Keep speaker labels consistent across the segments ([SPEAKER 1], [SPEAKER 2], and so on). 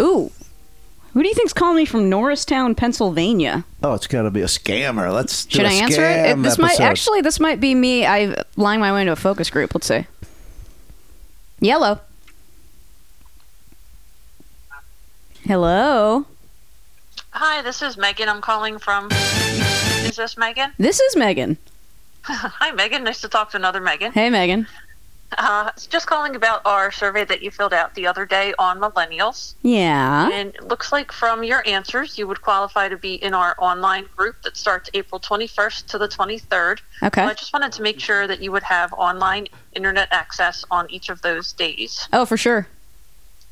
[SPEAKER 1] Ooh. Who do you think's calling me from Norristown, Pennsylvania?
[SPEAKER 2] Oh, it's got to be a scammer. Let's do
[SPEAKER 1] Should
[SPEAKER 2] a
[SPEAKER 1] I answer it?
[SPEAKER 2] scam
[SPEAKER 1] It- This might
[SPEAKER 2] episode.
[SPEAKER 1] actually this might be me. I lying my way into a focus group. Let's see. Yellow. Hello.
[SPEAKER 3] Hi, this is Megan. I'm calling from. Is this Megan?
[SPEAKER 1] This is Megan.
[SPEAKER 3] Hi, Megan. Nice to talk to another Megan.
[SPEAKER 1] Hey, Megan.
[SPEAKER 3] Uh, it's just calling about our survey that you filled out the other day on millennials.
[SPEAKER 1] Yeah.
[SPEAKER 3] And it looks like from your answers, you would qualify to be in our online group that starts April 21st to the 23rd. So
[SPEAKER 1] Okay.
[SPEAKER 3] I just wanted to make sure that you would have online internet access on each of those days.
[SPEAKER 1] Oh, for sure.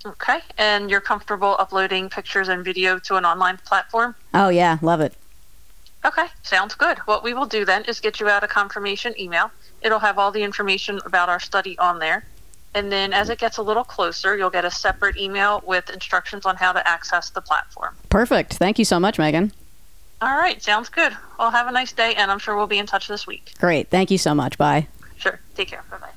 [SPEAKER 3] Okay. And you're comfortable uploading pictures and video to an online platform?
[SPEAKER 1] Oh yeah, love it.
[SPEAKER 3] Okay, sounds good. What we will do then is get you out a confirmation email. It'll have all the information about our study on there. And then as it gets a little closer, you'll get a separate email with instructions on how to access the platform.
[SPEAKER 1] Perfect. Thank you so much, Megan.
[SPEAKER 3] All right, sounds good. Well, have a nice day, and I'm sure we'll be in touch this week.
[SPEAKER 1] Great. Thank you so much. Bye.
[SPEAKER 3] Sure, take care. Bye bye.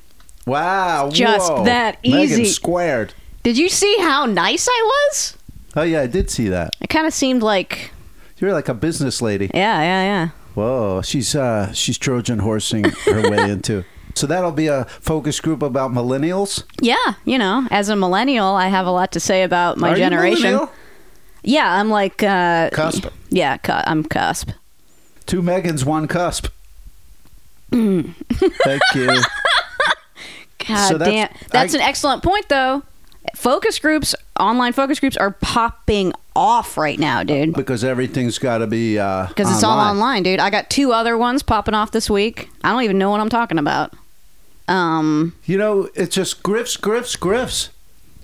[SPEAKER 2] Wow.
[SPEAKER 1] Just
[SPEAKER 2] whoa.
[SPEAKER 1] that
[SPEAKER 2] Megan
[SPEAKER 1] easy.
[SPEAKER 2] squared.
[SPEAKER 1] Did you see how nice I was?
[SPEAKER 2] Oh, yeah, I did see that.
[SPEAKER 1] It kind of seemed like
[SPEAKER 2] You're like a business lady.
[SPEAKER 1] yeah, yeah, yeah.
[SPEAKER 2] Whoa, she's uh, she's Trojan horsing her way into. So that'll be a focus group about millennials.
[SPEAKER 1] Yeah, you know, as a millennial, I have a lot to say about my
[SPEAKER 2] Are you a
[SPEAKER 1] generation.
[SPEAKER 2] millennial?
[SPEAKER 1] Yeah, I'm like uh,
[SPEAKER 2] Cusp.
[SPEAKER 1] Yeah, cu- I'm cusp.
[SPEAKER 2] Two Megans, one cusp.
[SPEAKER 1] Mm.
[SPEAKER 2] Thank you.
[SPEAKER 1] God
[SPEAKER 2] So that's-
[SPEAKER 1] damn, that's
[SPEAKER 2] I-
[SPEAKER 1] an excellent point, though. Focus groups, online focus groups, are popping off right now, dude.
[SPEAKER 2] Because everything's got to be uh,
[SPEAKER 1] Because it's all online, dude. I got two other ones popping off this week. I don't even know what I'm talking about. Um,
[SPEAKER 2] You know, it's just grifts, grifts, grifts.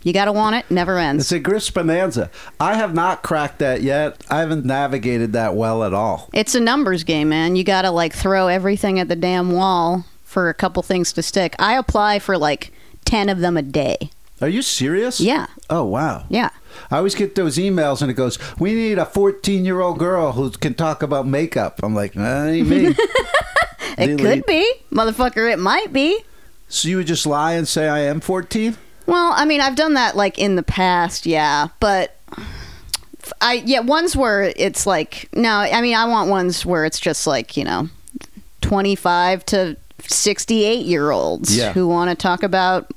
[SPEAKER 1] you gotta want it, never ends.
[SPEAKER 2] It's a grifts bonanza. I have not cracked that yet. I haven't navigated that well at all.
[SPEAKER 1] It's a numbers game, man. You gotta like throw everything at the damn wall for a couple things to stick. I apply for like ten of them a day.
[SPEAKER 2] Are you serious?
[SPEAKER 1] Yeah,
[SPEAKER 2] Oh wow.
[SPEAKER 1] yeah.
[SPEAKER 2] I always get those emails and it goes, "We need a 14-year-old girl who can talk about makeup." I'm like, "Nah, ain't me."
[SPEAKER 1] It could be, motherfucker. It might be.
[SPEAKER 2] So you would just lie and say I am 14?
[SPEAKER 1] Well, I mean, I've done that like in the past, yeah, but I yeah, ones where it's like no, I mean, I want ones where it's just like, you know, 25 to 68 year olds
[SPEAKER 2] Yeah.
[SPEAKER 1] who want to talk about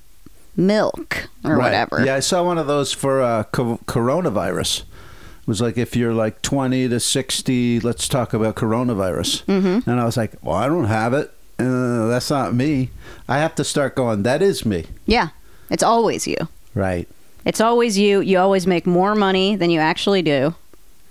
[SPEAKER 1] milk or whatever.
[SPEAKER 2] Yeah, I saw one of those for uh, co- coronavirus. It was like if you're like 20 to 60, let's talk about coronavirus. Mm-hmm. And I was like, well, I don't have it. Uh, that's not me. I have to start going, that is me.
[SPEAKER 1] Yeah. It's always you.
[SPEAKER 2] Right.
[SPEAKER 1] It's always you. You always make more money than you actually do.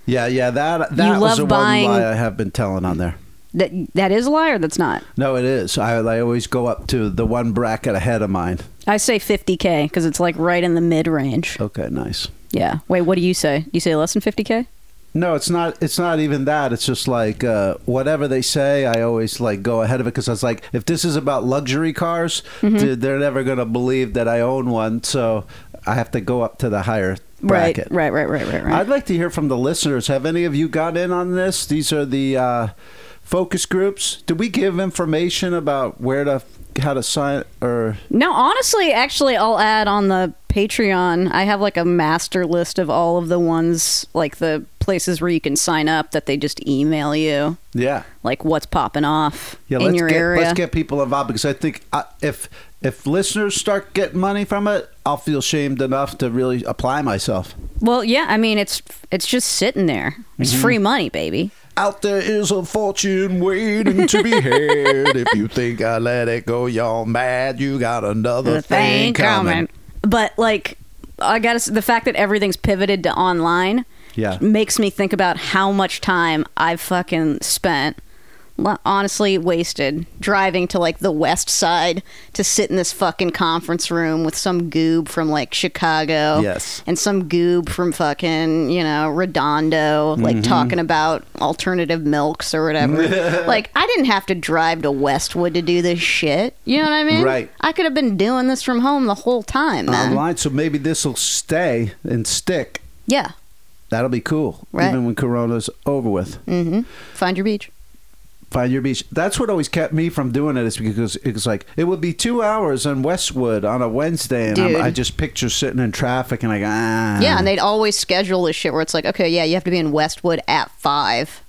[SPEAKER 2] Yeah, yeah, that that
[SPEAKER 1] You
[SPEAKER 2] was
[SPEAKER 1] love
[SPEAKER 2] the
[SPEAKER 1] buying-
[SPEAKER 2] one lie I have been telling on there.
[SPEAKER 1] That that is a lie or that's not.
[SPEAKER 2] No, it is. I, I always go up to the one bracket ahead of mine.
[SPEAKER 1] I say 50k cuz it's like right in the mid range.
[SPEAKER 2] Okay, nice.
[SPEAKER 1] Yeah. Wait, what do you say? You say less than 50k?
[SPEAKER 2] No, it's not. It's not even that. It's just like uh, whatever they say. I always like go ahead of it because I was like, if this is about luxury cars,
[SPEAKER 1] Mm-hmm.
[SPEAKER 2] th- they're never gonna believe that I own one. So I have to go up to the higher bracket.
[SPEAKER 1] Right, right, right, right, right, right.
[SPEAKER 2] I'd like to hear from the listeners. Have any of you got in on this? These are the uh, focus groups. Did we give information about where to, how to sign or?
[SPEAKER 1] No, honestly, actually, I'll add on the Patreon. I have like a master list of all of the ones, like the places where you can sign up that they just email you,
[SPEAKER 2] Yeah.
[SPEAKER 1] like what's popping off
[SPEAKER 2] Yeah,
[SPEAKER 1] in
[SPEAKER 2] let's
[SPEAKER 1] your
[SPEAKER 2] get
[SPEAKER 1] area.
[SPEAKER 2] let's get people involved because I think uh, if if listeners start getting money from it, I'll feel shamed enough to really apply myself.
[SPEAKER 1] well, yeah, I mean, it's it's just sitting there. It's
[SPEAKER 2] Mm-hmm.
[SPEAKER 1] free money, baby.
[SPEAKER 2] Out there is a fortune waiting to be had. if you think I let it go, y'all mad. You got another thing, coming.
[SPEAKER 1] But like, I gotta s- the fact that everything's pivoted to online.
[SPEAKER 2] Yeah.
[SPEAKER 1] makes me think about how much time I've fucking spent, lo- honestly, wasted driving to like the west side to sit in this fucking conference room with some goob from like Chicago.
[SPEAKER 2] Yes.
[SPEAKER 1] And some goob from fucking, you know, Redondo,
[SPEAKER 2] Mm-hmm.
[SPEAKER 1] like talking about alternative milks or whatever. like, I didn't have to drive to Westwood to do this shit. You know what I mean?
[SPEAKER 2] Right.
[SPEAKER 1] I could have been doing this from home the whole time, man.
[SPEAKER 2] Online, so maybe this will stay and stick.
[SPEAKER 1] Yeah.
[SPEAKER 2] That'll be cool,
[SPEAKER 1] Right.
[SPEAKER 2] even when Corona's over with.
[SPEAKER 1] Find your Mm-hmm. beach.
[SPEAKER 2] Find your beach. That's what always kept me from doing it. Is because it's like it would be two hours in Westwood on a Wednesday, and I'm,
[SPEAKER 1] Dude.
[SPEAKER 2] I just picture sitting in traffic and like ah
[SPEAKER 1] Yeah, and they'd always schedule this shit where it's like, okay, yeah, you have to be in Westwood at five,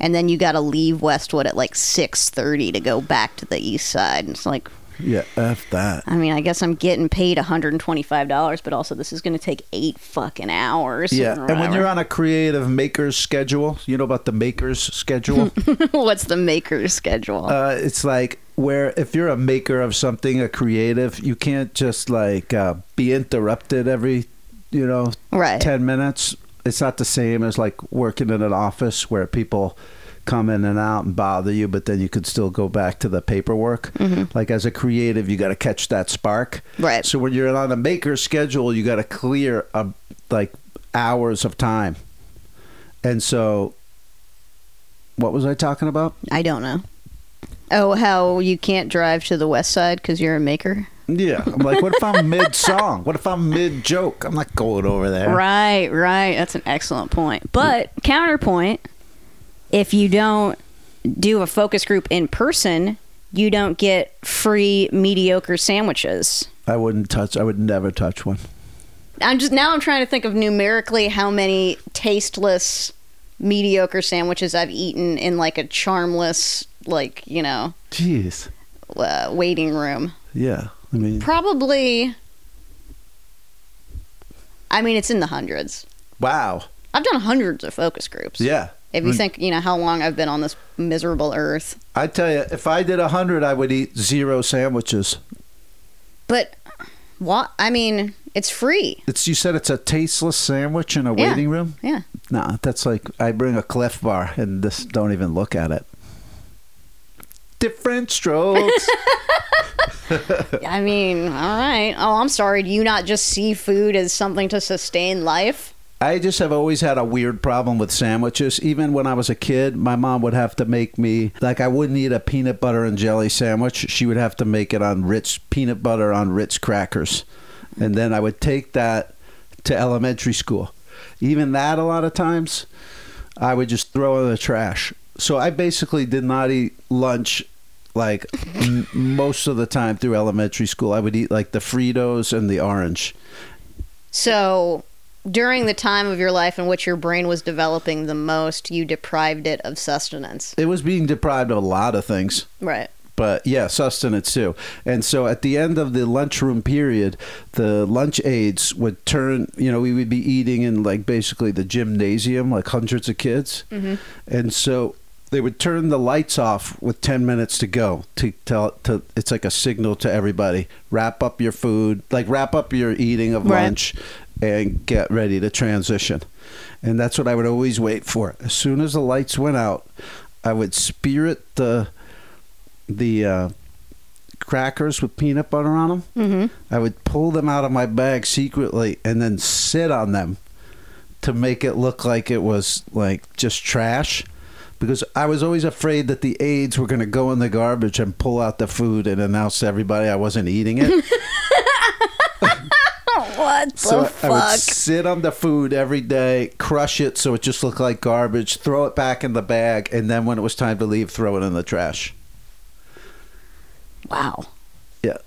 [SPEAKER 1] and then you got to leave Westwood at like six thirty to go back to the East Side. And it's like,
[SPEAKER 2] yeah f that
[SPEAKER 1] I mean, I guess I'm getting paid one hundred and twenty five dollars, but also this is going to take eight fucking hours.
[SPEAKER 2] yeah.
[SPEAKER 1] or
[SPEAKER 2] And when you're
[SPEAKER 1] whatever.
[SPEAKER 2] on a creative maker's schedule, you know about the maker's schedule.
[SPEAKER 1] what's the maker's schedule?
[SPEAKER 2] uh, it's like where if you're a maker of something, a creative, you can't just like uh, be interrupted every, you know,
[SPEAKER 1] Right.
[SPEAKER 2] ten minutes. It's not the same as like working in an office where people come in and out and bother you, but then you could still go back to the paperwork. Like as a creative, you got to catch that spark.
[SPEAKER 1] Right.
[SPEAKER 2] So when you're on a maker schedule, you got to clear uh, like hours of time, and so. What was I talking about?
[SPEAKER 1] I don't know. Oh, how you can't drive to the West Side because you're a maker.
[SPEAKER 2] Yeah, I'm like, what if I'm mid song? What if I'm mid joke? I'm not going over there.
[SPEAKER 1] Right, right. That's an excellent point. But counterpoint, if you don't do a focus group in person, you don't get free mediocre sandwiches.
[SPEAKER 2] I wouldn't touch. I would never touch one.
[SPEAKER 1] I'm just now I'm trying to think of numerically how many tasteless mediocre sandwiches I've eaten in like a charmless like, you know,
[SPEAKER 2] Jeez.
[SPEAKER 1] uh, waiting room.
[SPEAKER 2] Yeah. I mean,
[SPEAKER 1] Probably I mean, it's in the hundreds.
[SPEAKER 2] wow.
[SPEAKER 1] I've done hundreds of focus groups.
[SPEAKER 2] Yeah.
[SPEAKER 1] If you think, you know, how long I've been on this miserable earth.
[SPEAKER 2] I tell you, if I did a hundred, I would eat zero sandwiches.
[SPEAKER 1] But what? I mean, it's free.
[SPEAKER 2] It's you said it's a tasteless sandwich in a
[SPEAKER 1] Yeah.
[SPEAKER 2] waiting room.
[SPEAKER 1] Yeah.
[SPEAKER 2] Nah, that's like I bring a Cliff Bar and just don't even look at it. Different strokes.
[SPEAKER 1] I mean, all right. Oh, I'm sorry. Do you not just see food as something to sustain life?
[SPEAKER 2] I just have always had a weird problem with sandwiches. Even when I was a kid, my mom would have to make me like I wouldn't eat a peanut butter and jelly sandwich. She would have to make it on Ritz peanut butter on Ritz crackers, and then I would take that to elementary school. Even that, a lot of times, I would just throw in the trash. So I basically did not eat lunch like m- most of the time through elementary school. I would eat like the Fritos and the orange.
[SPEAKER 1] So, during the time of your life in which your brain was developing the most, you deprived it of sustenance.
[SPEAKER 2] It was being deprived of a lot of things.
[SPEAKER 1] Right.
[SPEAKER 2] but yeah, sustenance too. And so at the end of the lunchroom period, the lunch aides would turn, you know, we would be eating in like basically the gymnasium, like hundreds of kids. And so they would turn the lights off with 10 minutes to go to tell to it's like a signal to everybody wrap up your food like wrap up your eating of
[SPEAKER 1] Right.
[SPEAKER 2] lunch and get ready to transition and that's what i would always wait for as soon as the lights went out i would spirit the the uh, crackers with peanut butter on them. Mm-hmm. I would pull them out of my bag secretly and then sit on them to make it look like it was like just trash. Because I was always afraid that the aides were going to go in the garbage and pull out the food and announce to everybody I wasn't eating it.
[SPEAKER 1] What the
[SPEAKER 2] so I
[SPEAKER 1] fuck?
[SPEAKER 2] would sit on the food every day, crush it so it just looked like garbage, throw it back in the bag, and then when it was time to leave, throw it in the trash.
[SPEAKER 1] wow.
[SPEAKER 2] Yeah.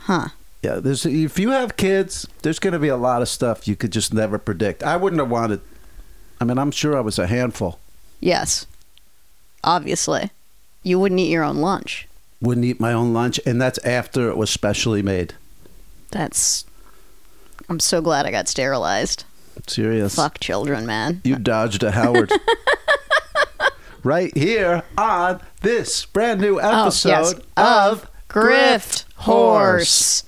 [SPEAKER 1] Huh.
[SPEAKER 2] Yeah, there's if you have kids, there's going to be a lot of stuff you could just never predict. I wouldn't have wanted. I mean, I'm sure I was a handful.
[SPEAKER 1] Yes. Obviously. You wouldn't eat your own lunch.
[SPEAKER 2] Wouldn't eat my own lunch, and that's after it was specially made.
[SPEAKER 1] That's. I'm so glad I got sterilized.
[SPEAKER 2] Serious.
[SPEAKER 1] Fuck children, man.
[SPEAKER 2] You dodged a Howard. right here on this brand new episode of
[SPEAKER 1] Oh, Grift Horse.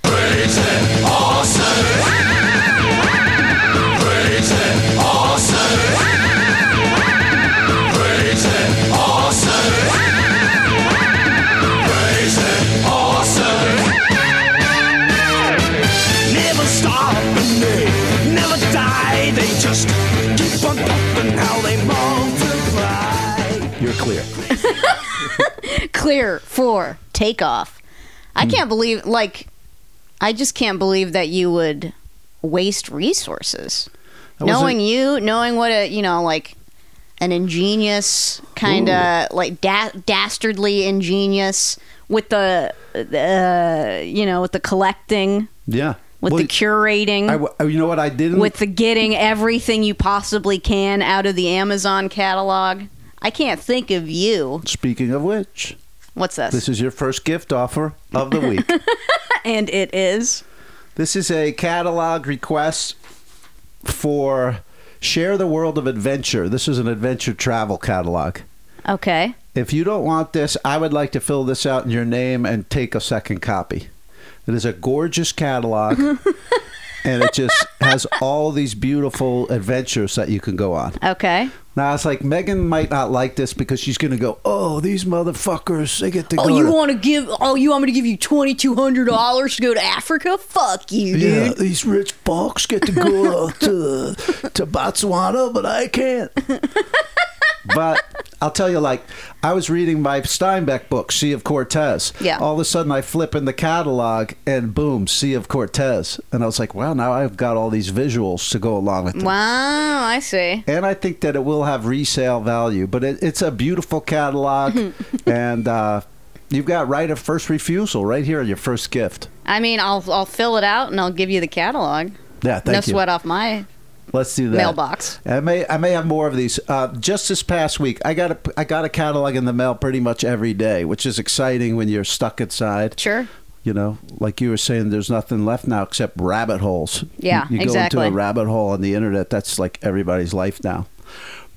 [SPEAKER 4] Never stop and they never die. They just keep on popping how they multiply.
[SPEAKER 2] You're clear.
[SPEAKER 1] Clear for takeoff. I
[SPEAKER 2] Hmm.
[SPEAKER 1] can't believe, like, I just can't believe that you would waste resources.
[SPEAKER 2] I wasn't-
[SPEAKER 1] knowing you, knowing what a, you know, like, an ingenious kind of like da- dastardly ingenious with the uh, you know with the collecting
[SPEAKER 2] Yeah.
[SPEAKER 1] with
[SPEAKER 2] Well,
[SPEAKER 1] the curating
[SPEAKER 2] I w- you know what I didn't
[SPEAKER 1] with the getting everything you possibly can out of the Amazon catalog. I can't think of you.
[SPEAKER 2] Speaking of which,
[SPEAKER 1] What's this?
[SPEAKER 2] this is your first gift offer of the week.
[SPEAKER 1] and it is
[SPEAKER 2] This is a catalog request for Share the World of Adventure. This is an adventure travel catalog.
[SPEAKER 1] okay.
[SPEAKER 2] If you don't want this, I would like to fill this out in your name and take a second copy. It is a gorgeous catalog, and it just has all these beautiful adventures that you can go on.
[SPEAKER 1] Okay.
[SPEAKER 2] Now, it's like Megan might not like this because she's going to go, Oh, these motherfuckers, they get to
[SPEAKER 1] Oh,
[SPEAKER 2] go.
[SPEAKER 1] you
[SPEAKER 2] to-
[SPEAKER 1] want to give? Oh, you want me to give you twenty two hundred dollars to go to Africa? Fuck you, dude.
[SPEAKER 2] Yeah, these rich folks get to go out to to Botswana, but I can't. but I'll tell you, like I was reading my Steinbeck book, Sea of Cortez.
[SPEAKER 1] Yeah.
[SPEAKER 2] All of a sudden, I flip in the catalog, and boom, Sea of Cortez, and I was like, wow, now I've got all these visuals to go along with. It.
[SPEAKER 1] Wow, I see.
[SPEAKER 2] And I think that it will have resale value, but it, it's a beautiful catalog, and uh, you've got right of first refusal right here on your first gift.
[SPEAKER 1] I mean, I'll I'll fill it out and I'll give you the catalog.
[SPEAKER 2] Yeah, thank
[SPEAKER 1] no
[SPEAKER 2] you.
[SPEAKER 1] sweat off my
[SPEAKER 2] Let's do that.
[SPEAKER 1] mailbox.
[SPEAKER 2] I may I may have more of these. Uh, just this past week, I got a I got a catalog in the mail pretty much every day, which is exciting when you're stuck inside.
[SPEAKER 1] Sure.
[SPEAKER 2] You know, like you were saying, there's nothing left now except rabbit holes.
[SPEAKER 1] Yeah,
[SPEAKER 2] you, you
[SPEAKER 1] exactly.
[SPEAKER 2] go into a rabbit hole on the internet. That's like everybody's life now.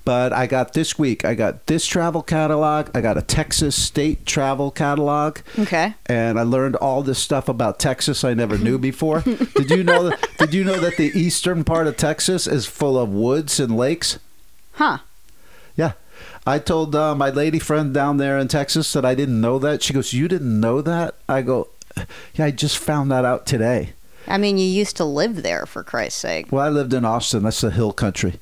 [SPEAKER 2] But I got this week. I got this travel catalog. I got a Texas state travel catalog.
[SPEAKER 1] Okay.
[SPEAKER 2] And I learned all this stuff about Texas I never knew before. did you know? That, did you know that the eastern part of Texas is full of woods and lakes?
[SPEAKER 1] Huh.
[SPEAKER 2] Yeah. I told uh, my lady friend down there in Texas that I didn't know that. She goes, You didn't know that? I go, Yeah, I just found that out today.
[SPEAKER 1] I mean, you used to live there for Christ's sake.
[SPEAKER 2] Well, I lived in Austin. That's the hill country.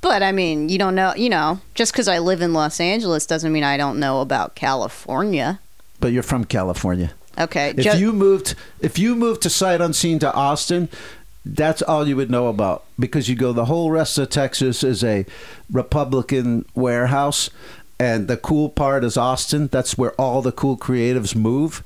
[SPEAKER 1] But I mean, you don't know. You know, just because I live in Los Angeles doesn't mean I don't know about California.
[SPEAKER 2] But you're from California.
[SPEAKER 1] Okay.
[SPEAKER 2] If
[SPEAKER 1] ju-
[SPEAKER 2] you moved if you moved to sight unseen to Austin, that's all you would know about because you go the whole rest of Texas is a Republican warehouse and the cool part is Austin. That's where all the cool creatives move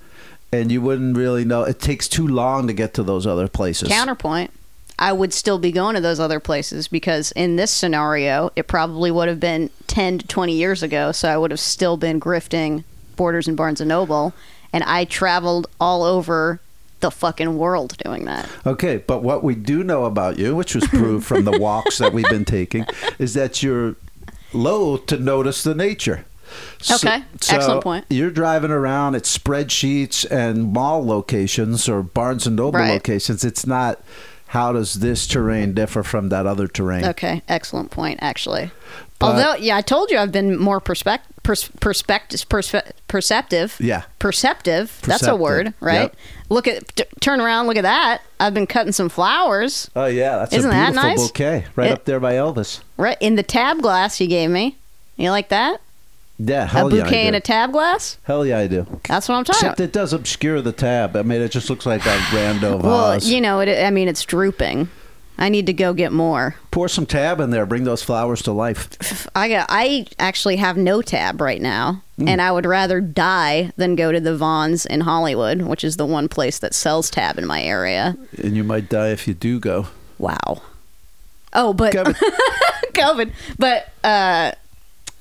[SPEAKER 2] and you wouldn't really know it takes too long to get to those other places.
[SPEAKER 1] Counterpoint. I would still be going to those other places because in this scenario, it probably would have been 10 to 20 years ago. So I would have still been grifting Borders and Barnes and Noble. And I traveled all over the fucking world doing that.
[SPEAKER 2] Okay, but what we do know about you, which was proved from the walks that we've been taking, is that you're loath to notice the nature. So-
[SPEAKER 1] Okay, excellent point.
[SPEAKER 2] You're driving around at spreadsheets and mall locations or Barnes and Noble
[SPEAKER 1] Right.
[SPEAKER 2] locations. It's not how does this terrain differ from that other terrain?
[SPEAKER 1] Okay, excellent point, actually.
[SPEAKER 2] But-
[SPEAKER 1] Although, yeah, I told you I've been more perspect- pers- perspect- perspe- perceptive.
[SPEAKER 2] Yeah.
[SPEAKER 1] Perceptive. That's a
[SPEAKER 2] Perceptive,
[SPEAKER 1] word, right?
[SPEAKER 2] yep.
[SPEAKER 1] Look at, t- turn around, look at that. I've been cutting some flowers.
[SPEAKER 2] Oh yeah, that's
[SPEAKER 1] Isn't
[SPEAKER 2] a
[SPEAKER 1] that
[SPEAKER 2] beautiful
[SPEAKER 1] nice?
[SPEAKER 2] bouquet right
[SPEAKER 1] It-
[SPEAKER 2] up there by Elvis.
[SPEAKER 1] Right in the tab glass you gave me. You like that?
[SPEAKER 2] Yeah, hell
[SPEAKER 1] a
[SPEAKER 2] yeah, I
[SPEAKER 1] bouquet in
[SPEAKER 2] do.
[SPEAKER 1] a tab glass?
[SPEAKER 2] hell yeah, I do.
[SPEAKER 1] That's what I'm talking
[SPEAKER 2] Except
[SPEAKER 1] about.
[SPEAKER 2] it does obscure the tab. I mean, it just looks like a rando vase.
[SPEAKER 1] Well, you know, it, I mean, it's drooping. I need to go get more.
[SPEAKER 2] Pour some tab in there. Bring those flowers to life.
[SPEAKER 1] I got. I actually have no tab right now,
[SPEAKER 2] Hmm.
[SPEAKER 1] and I would rather die than go to the Vons in Hollywood, which is the one place that sells tab in my area.
[SPEAKER 2] And you might die if you do go.
[SPEAKER 1] Wow. Oh, but
[SPEAKER 2] Kevin,
[SPEAKER 1] COVID. But uh,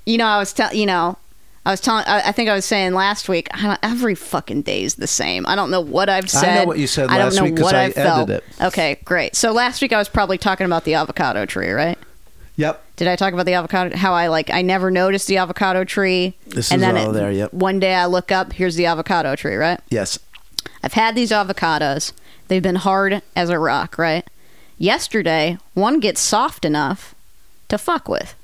[SPEAKER 1] you know, I was telling you know, I was telling. I, I think I was saying last week. I don't, every fucking day is the same. I don't know what I've
[SPEAKER 2] I know
[SPEAKER 1] said.
[SPEAKER 2] what you said
[SPEAKER 1] I don't
[SPEAKER 2] last
[SPEAKER 1] know
[SPEAKER 2] week 'cause
[SPEAKER 1] what
[SPEAKER 2] I
[SPEAKER 1] I've felt.
[SPEAKER 2] edited
[SPEAKER 1] Okay, great. So last week I was probably talking about the avocado tree, right?
[SPEAKER 2] yep.
[SPEAKER 1] Did I talk about the avocado? How I like I never noticed the avocado tree.
[SPEAKER 2] This is all there, yep.
[SPEAKER 1] One day I look up. Here's the avocado tree, right?
[SPEAKER 2] Yes.
[SPEAKER 1] I've had these avocados. They've been hard as a rock, right? Yesterday, one gets soft enough to fuck with.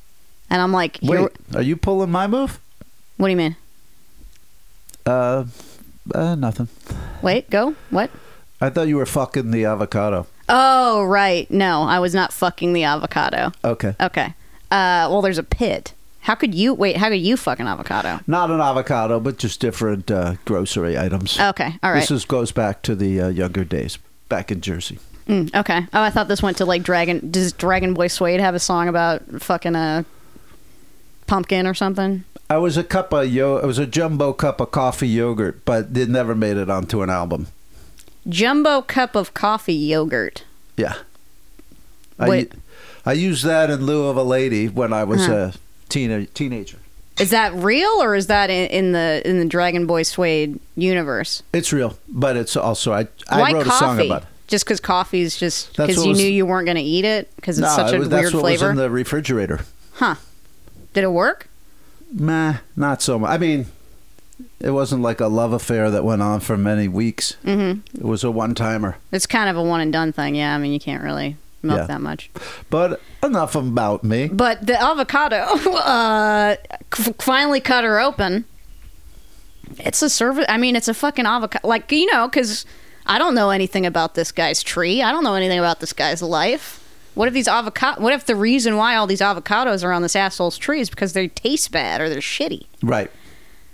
[SPEAKER 1] And I'm like,
[SPEAKER 2] Wait,
[SPEAKER 1] you're-
[SPEAKER 2] are you pulling my move?
[SPEAKER 1] what do you mean?
[SPEAKER 2] Uh, uh, nothing.
[SPEAKER 1] Wait, go. What?
[SPEAKER 2] I thought you were fucking the avocado.
[SPEAKER 1] Oh, right. No, I was not fucking the avocado.
[SPEAKER 2] Okay.
[SPEAKER 1] Okay. Uh, well, there's a pit. How could you wait? How could you fuck an avocado?
[SPEAKER 2] Not an avocado, but just different uh, grocery items.
[SPEAKER 1] Okay. Oh, All right.
[SPEAKER 2] This is, goes back to the uh, younger days, back in Jersey.
[SPEAKER 1] Mm, okay. Oh, I thought this went to like Dragon. Does Dragon Boy Suede have a song about fucking a pumpkin or something.
[SPEAKER 2] I was a cup of yo. It was a jumbo cup of coffee yogurt, but it never made it onto an album.
[SPEAKER 1] Jumbo cup of coffee yogurt.
[SPEAKER 2] Yeah.
[SPEAKER 1] Wait.
[SPEAKER 2] I, I used that in lieu of a lady when I was
[SPEAKER 1] Huh.
[SPEAKER 2] a teen, teenager.
[SPEAKER 1] Is that real or is that in, in the in the Dragon Boy Suede universe?
[SPEAKER 2] It's real, but it's also I.
[SPEAKER 1] Why
[SPEAKER 2] I wrote
[SPEAKER 1] coffee?
[SPEAKER 2] a song about. It.
[SPEAKER 1] Just because coffee's just
[SPEAKER 2] That's
[SPEAKER 1] because
[SPEAKER 2] what
[SPEAKER 1] you
[SPEAKER 2] was-
[SPEAKER 1] knew you weren't going to eat it because it's
[SPEAKER 2] No,
[SPEAKER 1] such
[SPEAKER 2] it
[SPEAKER 1] a
[SPEAKER 2] was,
[SPEAKER 1] weird
[SPEAKER 2] that's what was
[SPEAKER 1] flavor.
[SPEAKER 2] in the refrigerator.
[SPEAKER 1] huh? Did it work?
[SPEAKER 2] Meh, not so much. I mean, it wasn't like a love affair that went on for many weeks. Mm-hmm. It was a one timer.
[SPEAKER 1] It's kind of a one and done thing. Yeah, I mean you can't really milk
[SPEAKER 2] Yeah.
[SPEAKER 1] that much.
[SPEAKER 2] But enough about me.
[SPEAKER 1] But the avocado uh, f- finally cut her open. It's a service. I mean, it's a fucking avocado. Like you know, because I don't know anything about this guy's tree. I don't know anything about this guy's life. What if these avocado? What if the reason why all these avocados are on this asshole's tree is because they taste bad or they're shitty?
[SPEAKER 2] Right.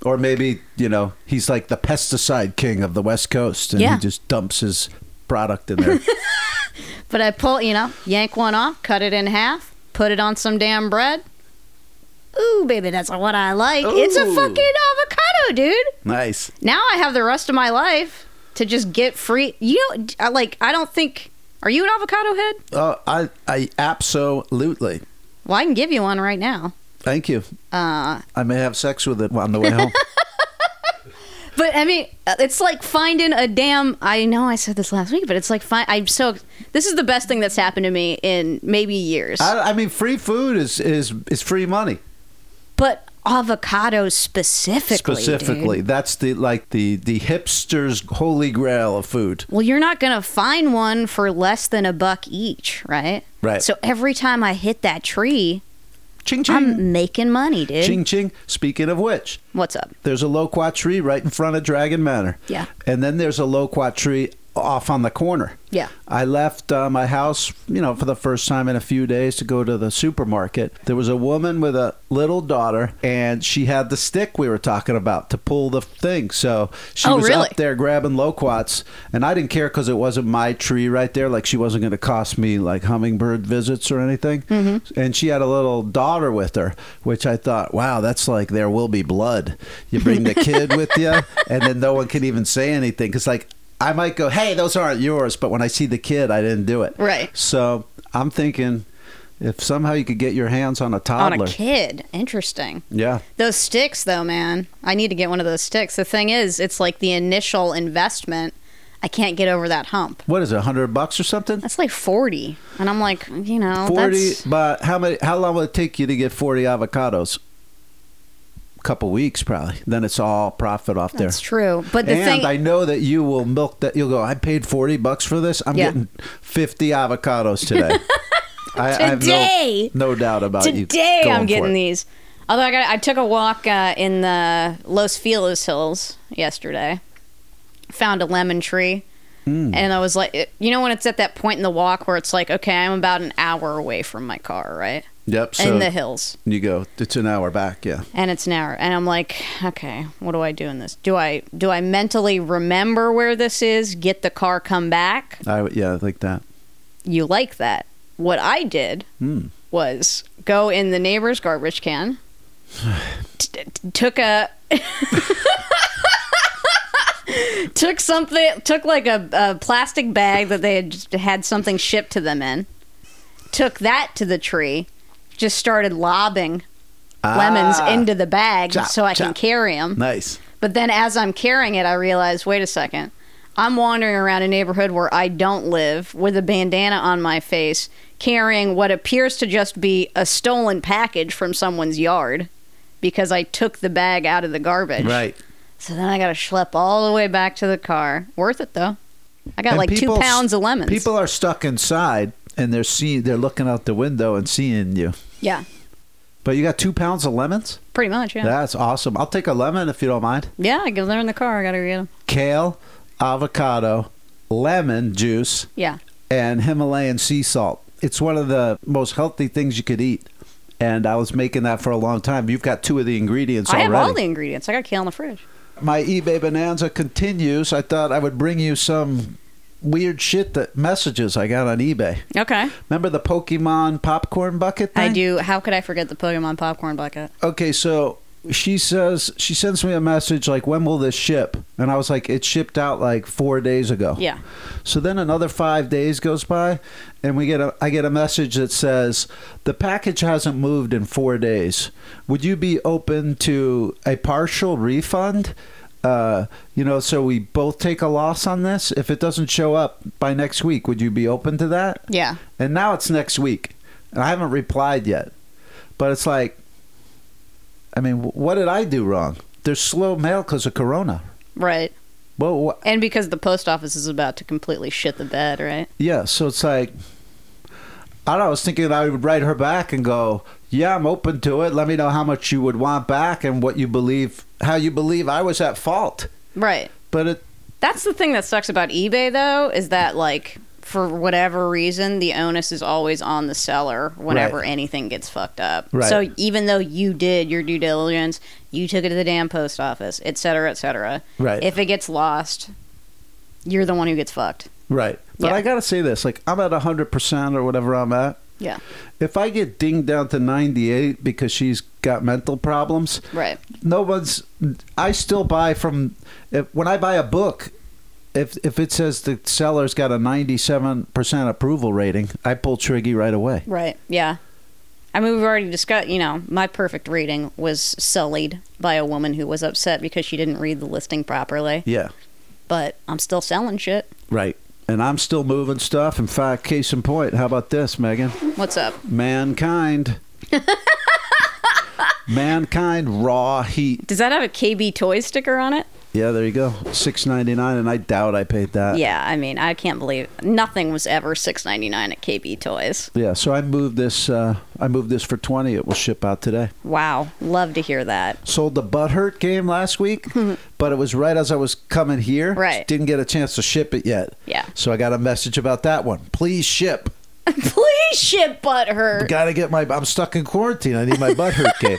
[SPEAKER 2] Or maybe, you know, he's like the pesticide king of the West Coast and
[SPEAKER 1] Yeah.
[SPEAKER 2] he just dumps his product in there.
[SPEAKER 1] But I pull, you know, yank one off, cut it in half, put it on some damn bread. Ooh, baby, that's what I like. It's a
[SPEAKER 2] Ooh.
[SPEAKER 1] fucking avocado, dude.
[SPEAKER 2] nice.
[SPEAKER 1] now I have the rest of my life to just get free. You know, I, like I don't think. Are you an avocado head?
[SPEAKER 2] Oh, I I absolutely.
[SPEAKER 1] Well, I can give you one right now.
[SPEAKER 2] Thank you.
[SPEAKER 1] Uh,
[SPEAKER 2] I may have sex with it on the way home.
[SPEAKER 1] but I mean, uh, it's like finding a damn. I know I said this last week, but it's like find. I'm so. This is the best thing that's happened to me in maybe years.
[SPEAKER 2] I, I mean, free food is is is free money.
[SPEAKER 1] but avocados specifically.
[SPEAKER 2] Specifically,
[SPEAKER 1] dude.
[SPEAKER 2] that's the like the the hipster's holy grail of food.
[SPEAKER 1] Well, you're not gonna find one for less than a buck each, right?
[SPEAKER 2] Right.
[SPEAKER 1] So every time I hit that tree,
[SPEAKER 2] Ching ching.
[SPEAKER 1] I'm making money, dude.
[SPEAKER 2] Ching ching. Speaking of which,
[SPEAKER 1] What's up?
[SPEAKER 2] there's a loquat tree right in front of Dragon Manor.
[SPEAKER 1] Yeah.
[SPEAKER 2] And then there's a loquat tree off on the corner.
[SPEAKER 1] Yeah.
[SPEAKER 2] I left uh, my house, you know, for the first time in a few days to go to the supermarket. There was a woman with a little daughter, and she had the stick we were talking about to pull the thing. So she
[SPEAKER 1] Oh,
[SPEAKER 2] was
[SPEAKER 1] really?
[SPEAKER 2] up there grabbing loquats, and I didn't care because it wasn't my tree right there. Like she wasn't going to cost me like hummingbird visits or anything. And she had a little daughter with her, which I thought, wow, that's like there will be blood. You bring the kid with you, and then no one can even say anything because like. I might go, hey, those aren't yours, but when I see the kid, I didn't do it.
[SPEAKER 1] Right.
[SPEAKER 2] So I'm thinking, if somehow you could get your hands on a toddler,
[SPEAKER 1] On a kid. Interesting.
[SPEAKER 2] yeah,
[SPEAKER 1] Those sticks, though, man. I need to get one of those sticks. The thing is, it's like the initial investment. I can't get over that hump.
[SPEAKER 2] what is it, hundred bucks or something?
[SPEAKER 1] That's like 40. And I'm like, you know,
[SPEAKER 2] forty.
[SPEAKER 1] Oh, that's.
[SPEAKER 2] But how many? How long will it take you to get forty avocados? Couple weeks, probably. Then it's all profit off there.
[SPEAKER 1] That's true. But the
[SPEAKER 2] and
[SPEAKER 1] thing.
[SPEAKER 2] I know that you will milk that. You'll go. I paid forty bucks for this. I'm
[SPEAKER 1] Yeah.
[SPEAKER 2] getting fifty avocados today. I, I have no-
[SPEAKER 1] Today.
[SPEAKER 2] no, doubt about you.
[SPEAKER 1] today
[SPEAKER 2] going for
[SPEAKER 1] I'm
[SPEAKER 2] it.
[SPEAKER 1] getting these. Although I got, I took a walk uh, in the Los Feliz Hills yesterday, found a lemon tree,
[SPEAKER 2] Hmm.
[SPEAKER 1] and I was like, you know, when it's at that point in the walk where it's like, okay, I'm about an hour away from my car, right?
[SPEAKER 2] Yep. So
[SPEAKER 1] in the hills.
[SPEAKER 2] you go. It's an hour back. Yeah.
[SPEAKER 1] and it's an hour and i'm like okay what do i do in this do i do i mentally remember where this is get the car come back
[SPEAKER 2] I would- yeah like that.
[SPEAKER 1] you like that what i did was go in the neighbor's garbage can t- t- took a took something took like a, a plastic bag that they had just had something shipped to them in took that to the tree just started lobbing lemons
[SPEAKER 2] Ah.
[SPEAKER 1] into the bag
[SPEAKER 2] Chop,
[SPEAKER 1] so I can
[SPEAKER 2] chop.
[SPEAKER 1] carry them.
[SPEAKER 2] Nice.
[SPEAKER 1] But then as I'm carrying it, I realize, wait a second. I'm wandering around a neighborhood where I don't live with a bandana on my face, carrying what appears to just be a stolen package from someone's yard because I took the bag out of the garbage.
[SPEAKER 2] Right.
[SPEAKER 1] So then I got to schlep all the way back to the car. Worth it though. I got like two pounds of lemons.
[SPEAKER 2] People are stuck inside and they're seeing they're looking out the window and seeing you.
[SPEAKER 1] yeah,
[SPEAKER 2] But you got two pounds of lemons?
[SPEAKER 1] pretty much. Yeah.
[SPEAKER 2] That's awesome. I'll take a lemon if you don't mind.
[SPEAKER 1] yeah, I get them in the car. I got to get them.
[SPEAKER 2] Kale, avocado, lemon juice,
[SPEAKER 1] Yeah.
[SPEAKER 2] and Himalayan sea salt. It's one of the most healthy things you could eat. And I was making that for a long time. You've got two of the ingredients
[SPEAKER 1] I have
[SPEAKER 2] already.
[SPEAKER 1] all the ingredients. I got kale in the fridge.
[SPEAKER 2] My eBay bonanza continues. I thought I would bring you some weird shit that messages I got on eBay.
[SPEAKER 1] Okay.
[SPEAKER 2] Remember the Pokemon popcorn bucket thing?
[SPEAKER 1] I do. How could I forget the Pokemon popcorn bucket?
[SPEAKER 2] okay, so she says she sends me a message like, "When will this ship?" And I was like, "It shipped out like four days ago."
[SPEAKER 1] Yeah.
[SPEAKER 2] So then another five days goes by, and we get a I get a message that says the package hasn't moved in four days. Would you be open to a partial refund? Uh, you know, so we both take a loss on this. If it doesn't show up by next week, would you be open to that?
[SPEAKER 1] Yeah.
[SPEAKER 2] And now it's next week, and I haven't replied yet. But it's like, I mean, wh- what did I do wrong? There's slow mail because of Corona.
[SPEAKER 1] Right.
[SPEAKER 2] Well, wh-
[SPEAKER 1] And because the post office is about to completely shit the bed, right?
[SPEAKER 2] yeah, so it's like, I don't know. I was thinking I would write her back and go, "Yeah, I'm open to it. Let me know how much you would want back and what you believe, how you believe I was at fault."
[SPEAKER 1] Right.
[SPEAKER 2] But it,
[SPEAKER 1] That's the thing that sucks about eBay though, is that like for whatever reason, the onus is always on the seller whenever
[SPEAKER 2] Right.
[SPEAKER 1] anything gets fucked up.
[SPEAKER 2] Right.
[SPEAKER 1] So even though you did your due diligence, you took it to the damn post office, et cetera, et cetera.
[SPEAKER 2] Right.
[SPEAKER 1] If it gets lost, you're the one who gets fucked.
[SPEAKER 2] right. But
[SPEAKER 1] Yeah.
[SPEAKER 2] I gotta say this: like, I'm at 100 percent or whatever I'm at.
[SPEAKER 1] Yeah.
[SPEAKER 2] If I get dinged down to 98 because she's got mental problems,
[SPEAKER 1] Right.
[SPEAKER 2] no one's i still buy from if, when i buy a book if if it says the seller's got a 97% approval rating i pull triggy right away
[SPEAKER 1] Right. Yeah. I mean, we've already discussed, you know, my perfect reading was sullied by a woman who was upset because she didn't read the listing properly.
[SPEAKER 2] yeah
[SPEAKER 1] But I'm still selling shit.
[SPEAKER 2] right and i'm still moving stuff in fact case in point how about this megan
[SPEAKER 1] What's up?
[SPEAKER 2] mankind mankind raw heat
[SPEAKER 1] Does that have a KB Toy sticker on it?
[SPEAKER 2] yeah there you go 699 and i doubt i paid that
[SPEAKER 1] yeah, I mean, I can't believe nothing was ever six ninety nine at KB Toys.
[SPEAKER 2] yeah so i moved this uh, i moved this for 20 it will ship out today
[SPEAKER 1] Wow, love to hear that.
[SPEAKER 2] sold the butthurt game last week, but it was right as I was coming here.
[SPEAKER 1] Right.
[SPEAKER 2] Didn't get a chance to ship it yet.
[SPEAKER 1] Yeah.
[SPEAKER 2] So I got a message about that one. Please ship.
[SPEAKER 1] Please shit butthurt.
[SPEAKER 2] Got to get my. I'm stuck in quarantine. I need my butthurt game.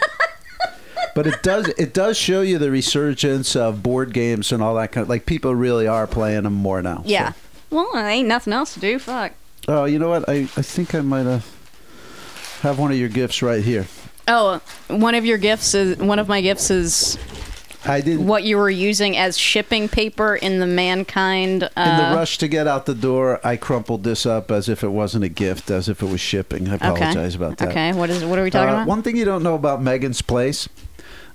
[SPEAKER 2] But it does it does show you the resurgence of board games and all that kind of like people really are playing them more now.
[SPEAKER 1] Yeah. Well, I ain't nothing else to do. Fuck.
[SPEAKER 2] So- oh, you know what? I, I think I might have have one of your gifts right here.
[SPEAKER 1] Oh, one of your gifts is one of my gifts is
[SPEAKER 2] I didn't
[SPEAKER 1] what you were using as shipping paper in the mankind. Uh,
[SPEAKER 2] in the rush to get out the door, I crumpled this up as if it wasn't a gift, as if it was shipping. I apologize about that.
[SPEAKER 1] Okay, what is what are we talking
[SPEAKER 2] Uh,
[SPEAKER 1] about?
[SPEAKER 2] One thing you don't know about Megan's place.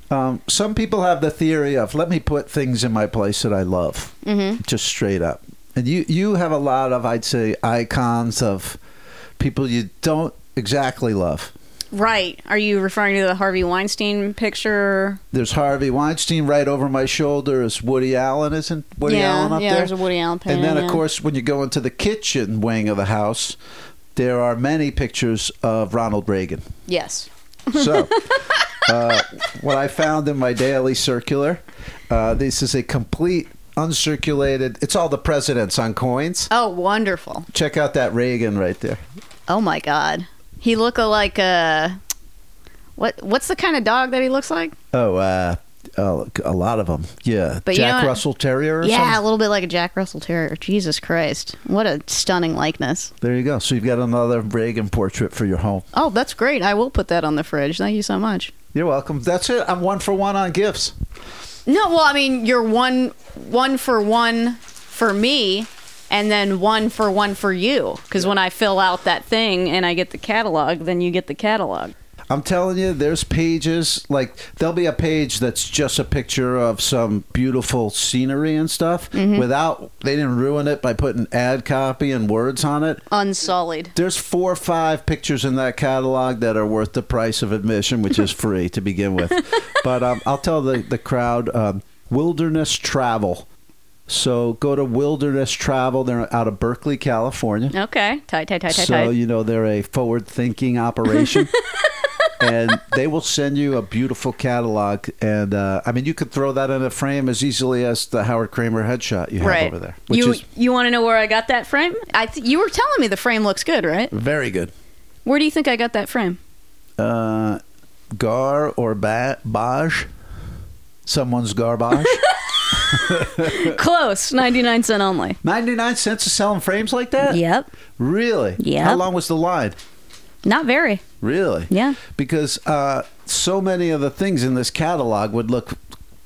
[SPEAKER 2] Um, some people have the theory of let me put things in my place that I love, mm-hmm. just straight up. And you you have a lot of I'd say icons of people you don't exactly love.
[SPEAKER 1] Right. Are you referring to the Harvey Weinstein picture?
[SPEAKER 2] There's Harvey Weinstein right over my shoulder. Is Woody Allen isn't Woody
[SPEAKER 1] Yeah,
[SPEAKER 2] Allen up
[SPEAKER 1] yeah,
[SPEAKER 2] there?
[SPEAKER 1] there's a Woody Allen
[SPEAKER 2] And then
[SPEAKER 1] painting,
[SPEAKER 2] of
[SPEAKER 1] yeah.
[SPEAKER 2] course when you go into the kitchen wing of the house, there are many pictures of Ronald Reagan.
[SPEAKER 1] Yes.
[SPEAKER 2] So, uh, what I found in my daily circular, uh, this is a complete uncirculated. It's all the presidents on coins.
[SPEAKER 1] Oh, wonderful.
[SPEAKER 2] Check out that Reagan right there.
[SPEAKER 1] Oh my god. He look like a what what's the kind of dog that he looks like?
[SPEAKER 2] Oh, uh, oh, a lot of them. Yeah,
[SPEAKER 1] But you know
[SPEAKER 2] Jack
[SPEAKER 1] what?
[SPEAKER 2] Russell Terrier. Or
[SPEAKER 1] yeah, a
[SPEAKER 2] something?
[SPEAKER 1] little bit like a Jack Russell Terrier. Jesus Christ. What a stunning likeness.
[SPEAKER 2] There you go. So you've got another Reagan portrait for your home.
[SPEAKER 1] Oh, that's great. I will put that on the fridge. Thank you so much.
[SPEAKER 2] You're welcome. That's it. I'm one for one on gifts.
[SPEAKER 1] No, well, I mean, you're one one for one for me and then one for one for you cuz when I fill out that thing and I get the catalog, then you get the catalog.
[SPEAKER 2] I'm telling you, there's pages like there'll be a page that's just a picture of some beautiful scenery and stuff without they didn't ruin it by putting ad copy and words on it.
[SPEAKER 1] Unsullied.
[SPEAKER 2] There's four or five pictures in that catalog that are worth the price of admission, which is free to begin with. But um, I'll tell the the crowd um, wilderness travel. So go to Wilderness Travel. They're out of Berkeley, California
[SPEAKER 1] Okay. Tight, tight, tight, tight,
[SPEAKER 2] so
[SPEAKER 1] tight.
[SPEAKER 2] you know they're a forward thinking operation and they will send you a beautiful catalog and uh, i mean you could throw that in a frame as easily as the howard kramer headshot you have
[SPEAKER 1] right
[SPEAKER 2] over there which
[SPEAKER 1] you
[SPEAKER 2] is
[SPEAKER 1] you want to know where I got that frame? I th- you were telling me the frame looks good, right?
[SPEAKER 2] very good
[SPEAKER 1] Where do you think I got that frame?
[SPEAKER 2] uh, gar or ba- baj someone's garbage
[SPEAKER 1] Close. 99 cent only.
[SPEAKER 2] 99 cents to selling frames like that?
[SPEAKER 1] Yep.
[SPEAKER 2] Really?
[SPEAKER 1] Yep.
[SPEAKER 2] How long was the line?
[SPEAKER 1] Not very.
[SPEAKER 2] Really?
[SPEAKER 1] Yeah.
[SPEAKER 2] Because uh, so many of the things in this catalog would look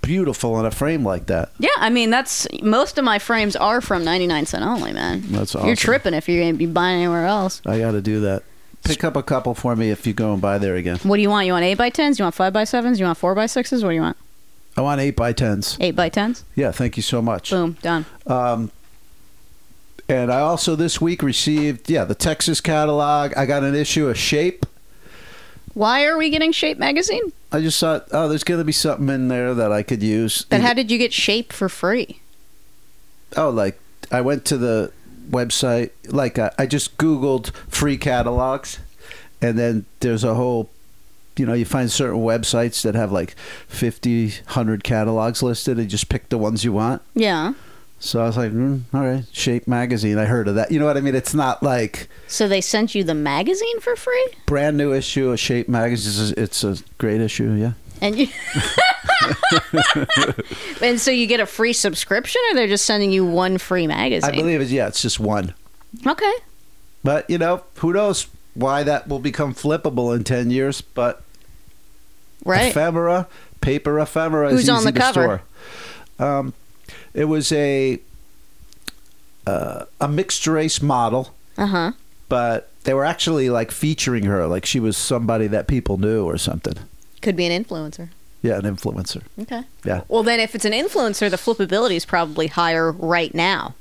[SPEAKER 2] beautiful in a frame like that.
[SPEAKER 1] Yeah, I mean that's most of my frames are from 99 cent only, man.
[SPEAKER 2] That's awesome.
[SPEAKER 1] You're tripping if you're going to be buying anywhere else.
[SPEAKER 2] I got to do that. Pick up a couple for me if you go and buy there again.
[SPEAKER 1] What do you want? You want 8 by 10s? You want 5 by 7s? You want 4 by 6s? What do you want?
[SPEAKER 2] I want 8 by 10s
[SPEAKER 1] 8 by 10s?
[SPEAKER 2] Yeah, thank you so much.
[SPEAKER 1] Boom, done.
[SPEAKER 2] Um, and I also this week received, yeah, the Texas catalog. I got an issue of Shape.
[SPEAKER 1] Why are we getting Shape magazine?
[SPEAKER 2] I just thought, oh, there's going to be something in there that I could use.
[SPEAKER 1] Then how did you get Shape for free?
[SPEAKER 2] oh, like I went to the website, like I, I just Googled free catalogs, and then there's a whole, you know, you find certain websites that have like 50, 100 catalogs listed and just pick the ones you want.
[SPEAKER 1] Yeah.
[SPEAKER 2] So I was like, mm, all right, Shape Magazine. I heard of that. You know what I mean? It's not like
[SPEAKER 1] So they sent you the magazine for free?
[SPEAKER 2] brand new issue of Shape Magazine. It's a, it's a great issue, yeah.
[SPEAKER 1] And you And so you get a free subscription or they're just sending you one free
[SPEAKER 2] I
[SPEAKER 1] magazine?
[SPEAKER 2] believe it's yeah, it's just one.
[SPEAKER 1] okay.
[SPEAKER 2] But you know, who knows why that will become flippable in ten years? But
[SPEAKER 1] Right.
[SPEAKER 2] ephemera, paper ephemera.
[SPEAKER 1] Who's
[SPEAKER 2] is
[SPEAKER 1] on
[SPEAKER 2] easy
[SPEAKER 1] the
[SPEAKER 2] to
[SPEAKER 1] cover?
[SPEAKER 2] Store. Um, it was a uh, a mixed race model,
[SPEAKER 1] Uh-huh.
[SPEAKER 2] but they were actually like featuring her, like she was somebody that people knew or something.
[SPEAKER 1] Could be an influencer.
[SPEAKER 2] Yeah, an influencer.
[SPEAKER 1] Okay.
[SPEAKER 2] Yeah,
[SPEAKER 1] Well, then if it's an influencer, the flippability is probably higher right now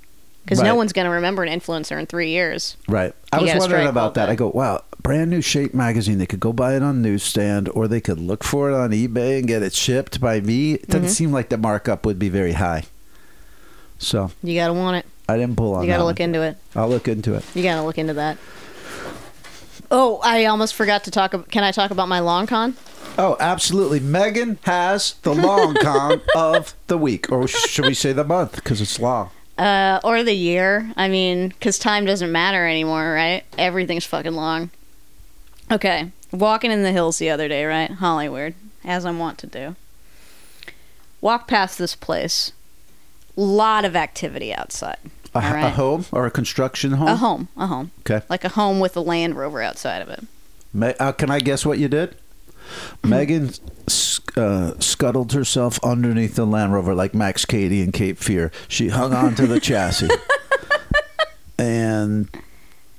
[SPEAKER 1] because
[SPEAKER 2] Right.
[SPEAKER 1] no one's going to remember an influencer in three years.
[SPEAKER 2] right. I
[SPEAKER 1] You
[SPEAKER 2] was
[SPEAKER 1] gotta
[SPEAKER 2] wondering
[SPEAKER 1] strike
[SPEAKER 2] about
[SPEAKER 1] while
[SPEAKER 2] that. I go, wow, brand new Shape magazine. They could go buy it on newsstand, or they could look for it on eBay and get it shipped by me. It
[SPEAKER 1] Mm-hmm.
[SPEAKER 2] doesn't seem like the markup would be very high. So
[SPEAKER 1] You got to want it.
[SPEAKER 2] I didn't pull on.
[SPEAKER 1] You got
[SPEAKER 2] that
[SPEAKER 1] to look
[SPEAKER 2] one.
[SPEAKER 1] into it.
[SPEAKER 2] I'll look into it.
[SPEAKER 1] You got to look into that. Oh, I almost forgot to talk. ab- Can I talk about my long con?
[SPEAKER 2] Oh, absolutely. Megan has the long con of the week, or should we say the month? Because it's long.
[SPEAKER 1] Uh, or the year. I mean, because time doesn't matter anymore, right? Everything's fucking long. Okay. Walking in the hills the other day, right? Hollywood, as I want to do. Walk past this place. Lot of activity outside.
[SPEAKER 2] A,
[SPEAKER 1] All right.
[SPEAKER 2] a home or a construction home?
[SPEAKER 1] A home, a home.
[SPEAKER 2] Okay.
[SPEAKER 1] Like a home with a Land Rover outside of it.
[SPEAKER 2] Me- uh, can I guess what you did? Megan sc- uh, scuttled herself underneath the Land Rover like Max Cady in Cape Fear. She hung on to the chassis. And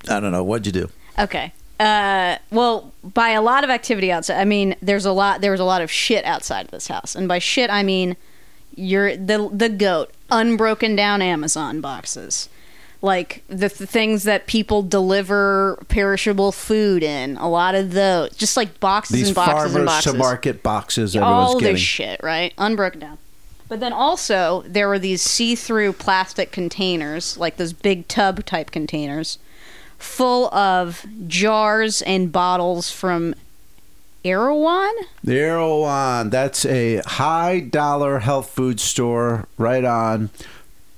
[SPEAKER 2] I don't know. What'd you do?
[SPEAKER 1] Okay. Uh, well, by a lot of activity outside, I mean there's a lot. There was a lot of shit outside of this house, and by shit I mean you're the the goat, unbroken down Amazon boxes, like the, the things that people deliver perishable food in. A lot of those, just like boxes
[SPEAKER 2] These
[SPEAKER 1] and boxes
[SPEAKER 2] farmers
[SPEAKER 1] and boxes
[SPEAKER 2] to market boxes everyone's
[SPEAKER 1] all
[SPEAKER 2] getting.
[SPEAKER 1] this shit, right? Unbroken down. But then also there were these see-through plastic containers, like those big tub type containers, full of jars and bottles from Erewhon.
[SPEAKER 2] They're all on. That's a high dollar health food store right on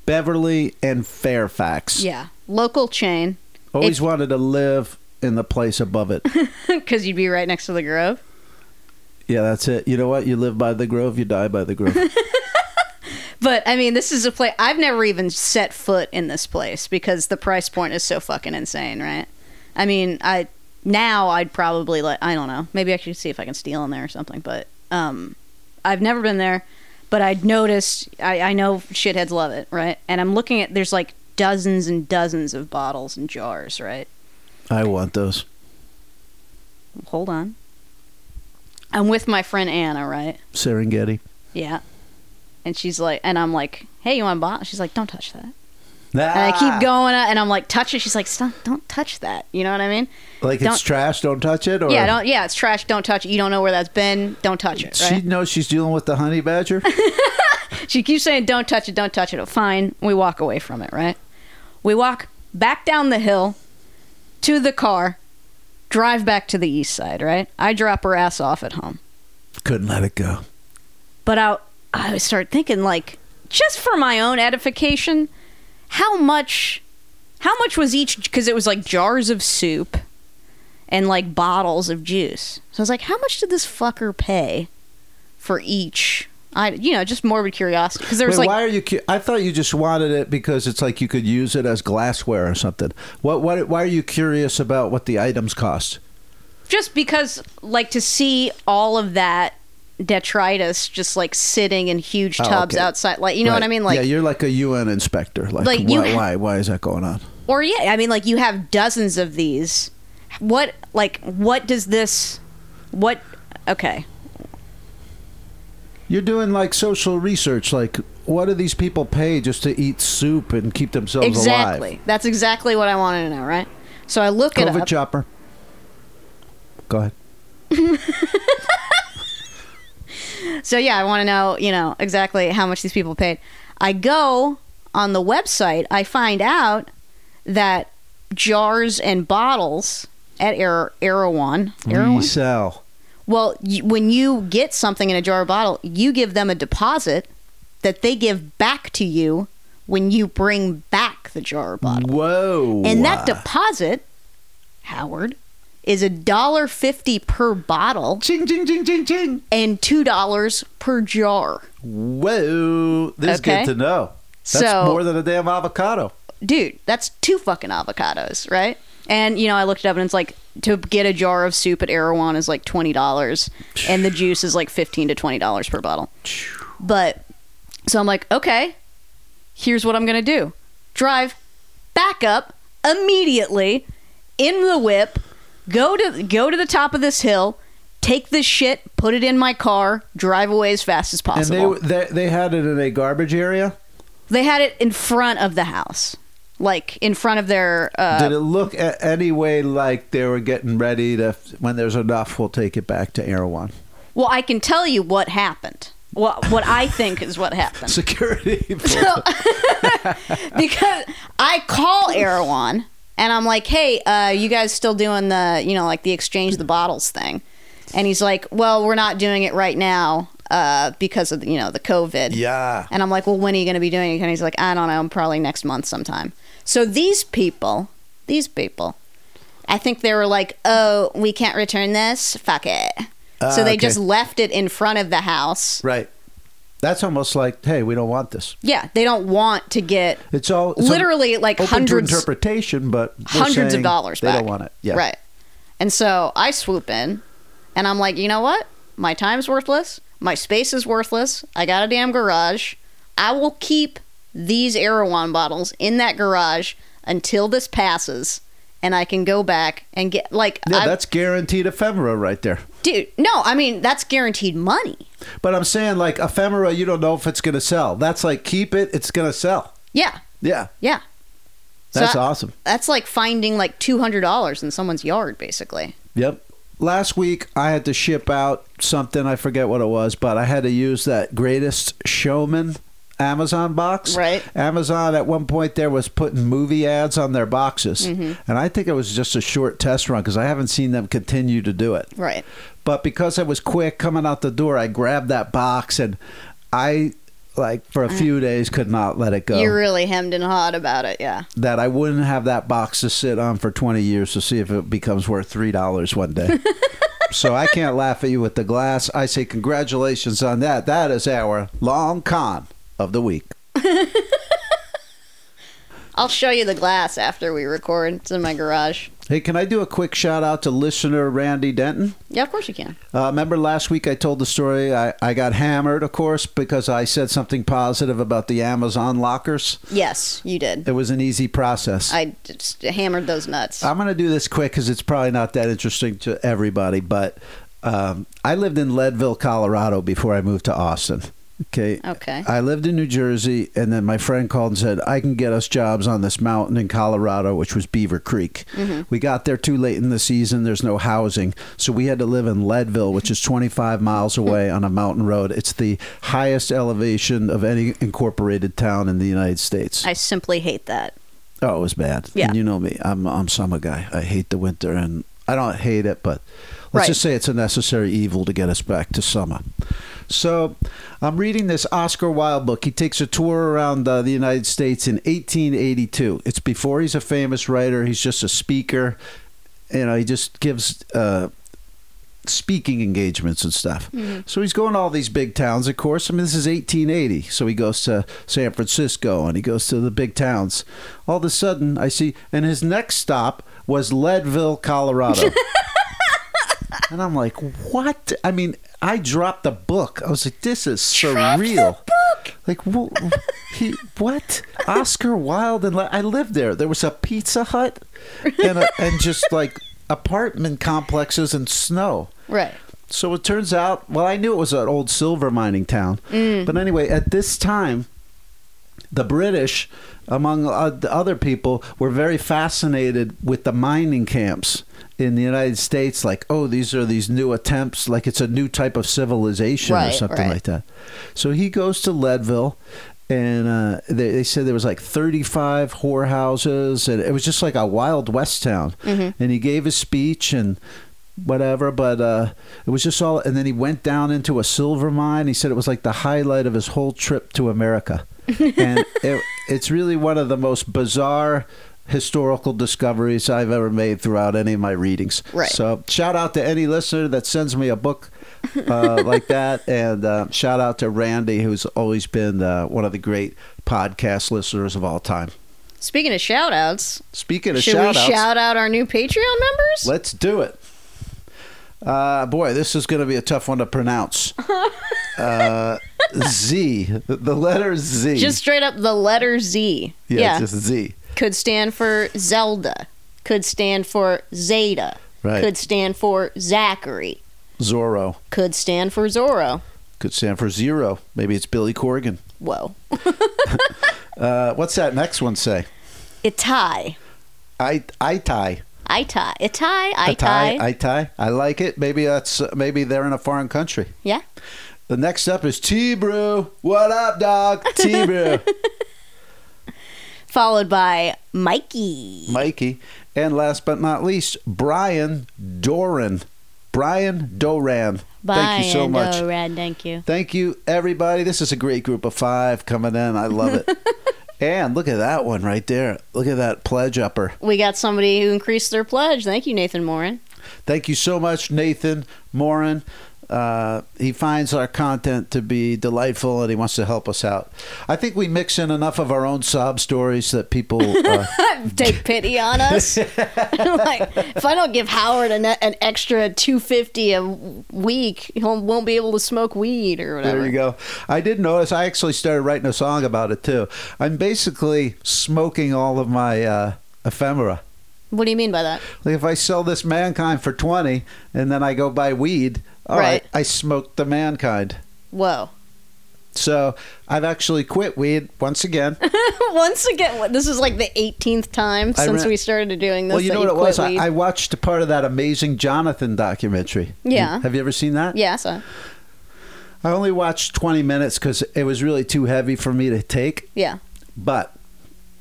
[SPEAKER 2] Beverly and Fairfax.
[SPEAKER 1] Yeah, local chain
[SPEAKER 2] Always
[SPEAKER 1] If-
[SPEAKER 2] wanted to live in the place above it.
[SPEAKER 1] because you'd be right next to the Grove.
[SPEAKER 2] yeah, that's it. You know what? You live by the grove, you die by the grove.
[SPEAKER 1] But I mean, this is a place I've never even set foot in this place because the price point is so fucking insane, right? I mean, I now I'd probably like I don't know, maybe I should see if I can steal in there or something. But um, I've never been there, but I'd noticed I, I know shitheads love it, right? And I'm looking at there's like dozens and dozens of bottles and jars, right?
[SPEAKER 2] I want those.
[SPEAKER 1] Hold on, I'm with my friend Anna, right?
[SPEAKER 2] Serengeti.
[SPEAKER 1] Yeah. And she's like, and I'm like, hey, you want a bottle? She's like, don't touch that. And I
[SPEAKER 2] Ah.
[SPEAKER 1] keep going, uh, and I'm like, touch it. She's like, stop, don't touch that. You know what I mean?
[SPEAKER 2] Like
[SPEAKER 1] Don't-
[SPEAKER 2] it's trash, don't touch it? Or
[SPEAKER 1] yeah, don't. Yeah, it's trash. Don't touch it. You don't know where that's been. Don't touch it.
[SPEAKER 2] She
[SPEAKER 1] Right?
[SPEAKER 2] knows she's dealing with the honey badger.
[SPEAKER 1] She, keeps saying, don't touch it. Don't touch it. Oh, Fine. We walk away from it. Right? We walk back down the hill to the car, drive back to the east side. Right? I drop her ass off at home.
[SPEAKER 2] Couldn't let it go.
[SPEAKER 1] But I, I start thinking, like, just for my own edification, how much, how much was each? Because it was like jars of soup, and like bottles of juice. So I was like, how much did this fucker pay for each I you know just morbid curiosity because there was
[SPEAKER 2] Wait,
[SPEAKER 1] like
[SPEAKER 2] why are you? Cu- I thought you just wanted it because it's like you could use it as glassware or something. What? What? Why are you curious about what the items cost?
[SPEAKER 1] just because like to see all of that detritus just like sitting in huge
[SPEAKER 2] Oh,
[SPEAKER 1] tubs
[SPEAKER 2] okay.
[SPEAKER 1] outside like you know what
[SPEAKER 2] Right.
[SPEAKER 1] I mean like
[SPEAKER 2] yeah, you're like a UN inspector. Like,
[SPEAKER 1] Like,
[SPEAKER 2] why,
[SPEAKER 1] you-
[SPEAKER 2] why? Why is that going on?
[SPEAKER 1] or yeah i mean like you have dozens of these what like what does this what okay
[SPEAKER 2] You're doing like social research. Like, what do these people pay just to eat soup and keep themselves
[SPEAKER 1] exactly
[SPEAKER 2] alive?
[SPEAKER 1] that's exactly what i wanted to know right so i look it
[SPEAKER 2] COVID
[SPEAKER 1] up
[SPEAKER 2] chopper. Go ahead.
[SPEAKER 1] so yeah i want to know you know exactly how much these people paid i go on the website i find out that jars and bottles at Air Erewhon, Erewhon?
[SPEAKER 2] Resell.
[SPEAKER 1] Well, you, when you get something in a jar or bottle, you give them a deposit that they give back to you when you bring back the jar or bottle.
[SPEAKER 2] Whoa.
[SPEAKER 1] And that deposit, Howard, is a dollar fifty per bottle
[SPEAKER 2] Ching, ching, ching, ching, ching.
[SPEAKER 1] and two dollars per jar.
[SPEAKER 2] Whoa. This is
[SPEAKER 1] Okay.
[SPEAKER 2] good to know. That's
[SPEAKER 1] So-
[SPEAKER 2] more than a damn avocado.
[SPEAKER 1] Dude, that's two fucking avocados, right? And you know, I looked it up and it's like to get a jar of soup at Erewhon is like twenty dollars, and the juice is like fifteen to twenty dollars per bottle. But so I'm like, okay, here's what I'm gonna do: drive back up immediately in the whip, go to go to the top of this hill, take this shit, put it in my car, drive away as fast as
[SPEAKER 2] And
[SPEAKER 1] possible.
[SPEAKER 2] they, they they had it in a garbage area.
[SPEAKER 1] they had it in front of the house, like in front of their. Uh,
[SPEAKER 2] Did it look a- any way like they were getting ready to? When there's enough, we'll take it back to Erewhon.
[SPEAKER 1] Well, I can tell you what happened. What what I think is what happened
[SPEAKER 2] Security.
[SPEAKER 1] because I call Erewhon and I'm like, "Hey, uh, you guys still doing the you know like the exchange the bottles thing?" And he's like, "Well, we're not doing it right now uh, because of you know the COVID."
[SPEAKER 2] yeah.
[SPEAKER 1] And I'm like, well, when are you going to be doing it? And he's like, I don't know, probably next month sometime. So these people, these people, I think they were like, oh, we can't return this. Fuck it. so they
[SPEAKER 2] Ah, okay.
[SPEAKER 1] just left it in front of the house.
[SPEAKER 2] Right. That's almost like, hey, we don't want this.
[SPEAKER 1] Yeah, they don't want to get
[SPEAKER 2] It's all it's
[SPEAKER 1] literally like
[SPEAKER 2] open
[SPEAKER 1] hundreds,
[SPEAKER 2] to interpretation, but we're
[SPEAKER 1] hundreds
[SPEAKER 2] saying
[SPEAKER 1] of dollars.
[SPEAKER 2] They
[SPEAKER 1] back.
[SPEAKER 2] don't want it. Yeah.
[SPEAKER 1] right. And so I swoop in, and I'm like, you know what? My time's worthless. My space is worthless. I got a damn garage. I will keep these Erewhon bottles in that garage until this passes, and I can go back and get like,
[SPEAKER 2] Yeah,
[SPEAKER 1] I,
[SPEAKER 2] that's guaranteed ephemera right there.
[SPEAKER 1] dude. No, I mean that's guaranteed money.
[SPEAKER 2] But I'm saying like ephemera, you don't know if it's gonna sell. That's like keep it, it's gonna sell.
[SPEAKER 1] Yeah,
[SPEAKER 2] Yeah.
[SPEAKER 1] yeah. So
[SPEAKER 2] That's
[SPEAKER 1] I-
[SPEAKER 2] awesome.
[SPEAKER 1] That's like finding like two hundred dollars in someone's yard, basically.
[SPEAKER 2] Yep. Last week I had to ship out something, I forget what it was, but I had to use that greatest showman Amazon box.
[SPEAKER 1] Right.
[SPEAKER 2] Amazon at one point there was putting movie ads on their boxes.
[SPEAKER 1] Mm-hmm.
[SPEAKER 2] And I think it was just a short test run because I haven't seen them continue to do it.
[SPEAKER 1] Right.
[SPEAKER 2] But because I was quick coming out the door, I grabbed that box and I like for a few days could not let it go.
[SPEAKER 1] You're really hemmed and hawed about it, yeah.
[SPEAKER 2] that I wouldn't have that box to sit on for 20 years to see if it becomes worth $3 one day. so I can't laugh at you with the glass. I say congratulations on that. That is our long con of the week.
[SPEAKER 1] I'll show you the glass after we record. It's in my garage.
[SPEAKER 2] Hey, can I do a quick shout out to listener Randy Denton?
[SPEAKER 1] Yeah, of course you can.
[SPEAKER 2] Uh, remember last week I told the story. I, I got hammered, of course, because I said something positive about the Amazon lockers.
[SPEAKER 1] Yes, you did.
[SPEAKER 2] It was an easy process.
[SPEAKER 1] I just hammered those nuts.
[SPEAKER 2] I'm going to do this quick because it's probably not that interesting to everybody. But um, I lived in Leadville, Colorado before I moved to Austin. Okay.
[SPEAKER 1] Okay.
[SPEAKER 2] I lived in New Jersey, and then my friend called and said, I can get us jobs on this mountain in Colorado, which was Beaver Creek.
[SPEAKER 1] Mm-hmm.
[SPEAKER 2] We got there too late in the season. There's no housing. So we had to live in Leadville, which is 25 miles
[SPEAKER 1] Mm-hmm.
[SPEAKER 2] away on a mountain road. It's the highest elevation of any incorporated town in the United States.
[SPEAKER 1] I simply hate that.
[SPEAKER 2] Oh, it was bad.
[SPEAKER 1] Yeah.
[SPEAKER 2] And you know me. I'm I'm summer guy. I hate the winter and I don't hate it, but let's
[SPEAKER 1] Right.
[SPEAKER 2] just say it's a necessary evil to get us back to summer. So I'm reading this Oscar Wilde book. He takes a tour around uh, the United States in 1882. It's before he's a famous writer. He's just a speaker. You know, he just gives uh, speaking engagements and stuff. So he's going to all these big towns, of course. I mean, this is 1880. So he goes to San Francisco and he goes to the big towns. All of a sudden, I see, and his next stop was Leadville, Colorado. and I'm like, what? I mean, I dropped the book. I was like, this is surreal. Like, wh- he, what? Oscar Wilde and Le- I lived there. There was a Pizza Hut and a, and just like apartment complexes and snow.
[SPEAKER 1] Right.
[SPEAKER 2] So it turns out, well, I knew it was an old silver mining town.
[SPEAKER 1] Mm.
[SPEAKER 2] But anyway, at this time, the British, among o- the other people, were very fascinated with the mining camps in the United States. Like, oh, these are these new attempts, like it's a new type of civilization or
[SPEAKER 1] Right,
[SPEAKER 2] something
[SPEAKER 1] right.
[SPEAKER 2] like that. So he goes to Leadville. And uh, they, they said there was like 35 whorehouses, and it was just like a wild west town. And he gave his speech, and whatever but uh it was just all and then he went down into a silver mine he said it was like the highlight of his whole trip to america and it, it's really one of the most bizarre historical discoveries i've ever made throughout any of my readings
[SPEAKER 1] Right.
[SPEAKER 2] so shout out to any listener that sends me a book uh, like that and uh, shout out to randy who's always been uh, one of the great podcast listeners of all time
[SPEAKER 1] Speaking of shout outs,
[SPEAKER 2] speaking of
[SPEAKER 1] should
[SPEAKER 2] shout
[SPEAKER 1] we
[SPEAKER 2] outs
[SPEAKER 1] shout out our new Patreon members?
[SPEAKER 2] Let's do it. Uh, boy, this is going to be a tough one to pronounce. uh, Z, the letter Z.
[SPEAKER 1] Just straight up the letter Z.
[SPEAKER 2] yeah,
[SPEAKER 1] yeah.
[SPEAKER 2] just Z.
[SPEAKER 1] could stand for Zelda, could stand for Zeta,
[SPEAKER 2] Right.
[SPEAKER 1] could stand for Zachary,
[SPEAKER 2] Zorro
[SPEAKER 1] could stand for Zorro.
[SPEAKER 2] could stand for zero. Maybe it's Billy Corgan.
[SPEAKER 1] Whoa.
[SPEAKER 2] Uh, what's that next one say?
[SPEAKER 1] Itai.
[SPEAKER 2] I I tie
[SPEAKER 1] Itai. Itai.
[SPEAKER 2] I tie
[SPEAKER 1] Itai.
[SPEAKER 2] I tie. I like it. Maybe that's uh, maybe they're in a foreign country.
[SPEAKER 1] Yeah.
[SPEAKER 2] The next up is T Brew. What up, dog? T Brew,
[SPEAKER 1] Followed by Mikey.
[SPEAKER 2] Mikey, and last but not least, Brian Doran. Brian Doran. Thank you so
[SPEAKER 1] and,
[SPEAKER 2] much.
[SPEAKER 1] Oh, Rad, thank you.
[SPEAKER 2] Thank you, everybody. This is a great group of five coming in. I love it. and look at that one right there. Look at that pledge upper.
[SPEAKER 1] We got somebody who increased their pledge. Thank you, Nathan Morin.
[SPEAKER 2] Thank you so much, Nathan Morin. Uh, he finds our content to be delightful and he wants to help us out. I think we mix in enough of our own sob stories that people. Uh,
[SPEAKER 1] Take pity on us. like, if I don't give Howard an, an extra two fifty a week, he won't won't be able to smoke weed or whatever.
[SPEAKER 2] there you go. I did notice I actually started writing a song about it too. I'm basically smoking all of my uh, ephemera.
[SPEAKER 1] What do you mean by that?
[SPEAKER 2] Like if I sell this mankind for twenty, and then I go buy weed, all
[SPEAKER 1] Right.
[SPEAKER 2] right, I smoked the mankind.
[SPEAKER 1] Whoa.
[SPEAKER 2] So I've actually quit weed once again.
[SPEAKER 1] Once again, what- this is like the 18th time
[SPEAKER 2] I
[SPEAKER 1] since
[SPEAKER 2] ran-
[SPEAKER 1] we started doing this.
[SPEAKER 2] well, you
[SPEAKER 1] that
[SPEAKER 2] know what it
[SPEAKER 1] quit
[SPEAKER 2] was. I,
[SPEAKER 1] weed.
[SPEAKER 2] I watched a part of that amazing Jonathan documentary.
[SPEAKER 1] Yeah.
[SPEAKER 2] Have you ever seen that?
[SPEAKER 1] yeah, so
[SPEAKER 2] I only watched twenty minutes because it was really too heavy for me to take.
[SPEAKER 1] yeah,
[SPEAKER 2] But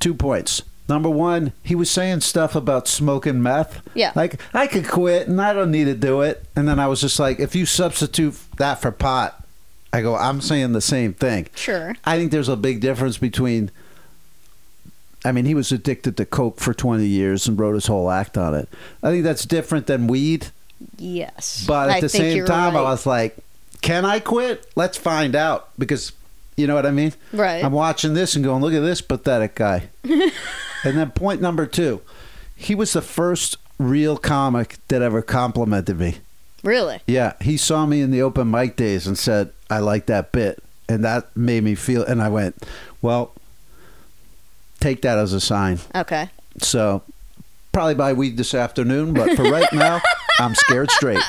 [SPEAKER 2] two points. Number one, he was saying stuff about smoking meth.
[SPEAKER 1] Yeah.
[SPEAKER 2] Like, I could quit and I don't need to do it. And then I was just like, if you substitute that for pot, I go, I'm saying the same thing.
[SPEAKER 1] sure.
[SPEAKER 2] I think there's a big difference between. I mean, he was addicted to coke for 20 years and wrote his whole act on it. I think that's different than weed.
[SPEAKER 1] Yes,
[SPEAKER 2] But at
[SPEAKER 1] I
[SPEAKER 2] the
[SPEAKER 1] think
[SPEAKER 2] same
[SPEAKER 1] you're
[SPEAKER 2] time, I
[SPEAKER 1] right.
[SPEAKER 2] was like, can I quit? Let's find out. Because, you know what I mean?
[SPEAKER 1] Right.
[SPEAKER 2] I'm watching this and going, look at this pathetic guy. and then point number two he was the first real comic that ever complimented me.
[SPEAKER 1] really
[SPEAKER 2] Yeah, he saw me in the open mic days and said, "I like that bit," and that made me feel. And I went, "Well, take that as a sign."
[SPEAKER 1] okay.
[SPEAKER 2] So probably buy weed this afternoon, but for right now, I'm scared straight.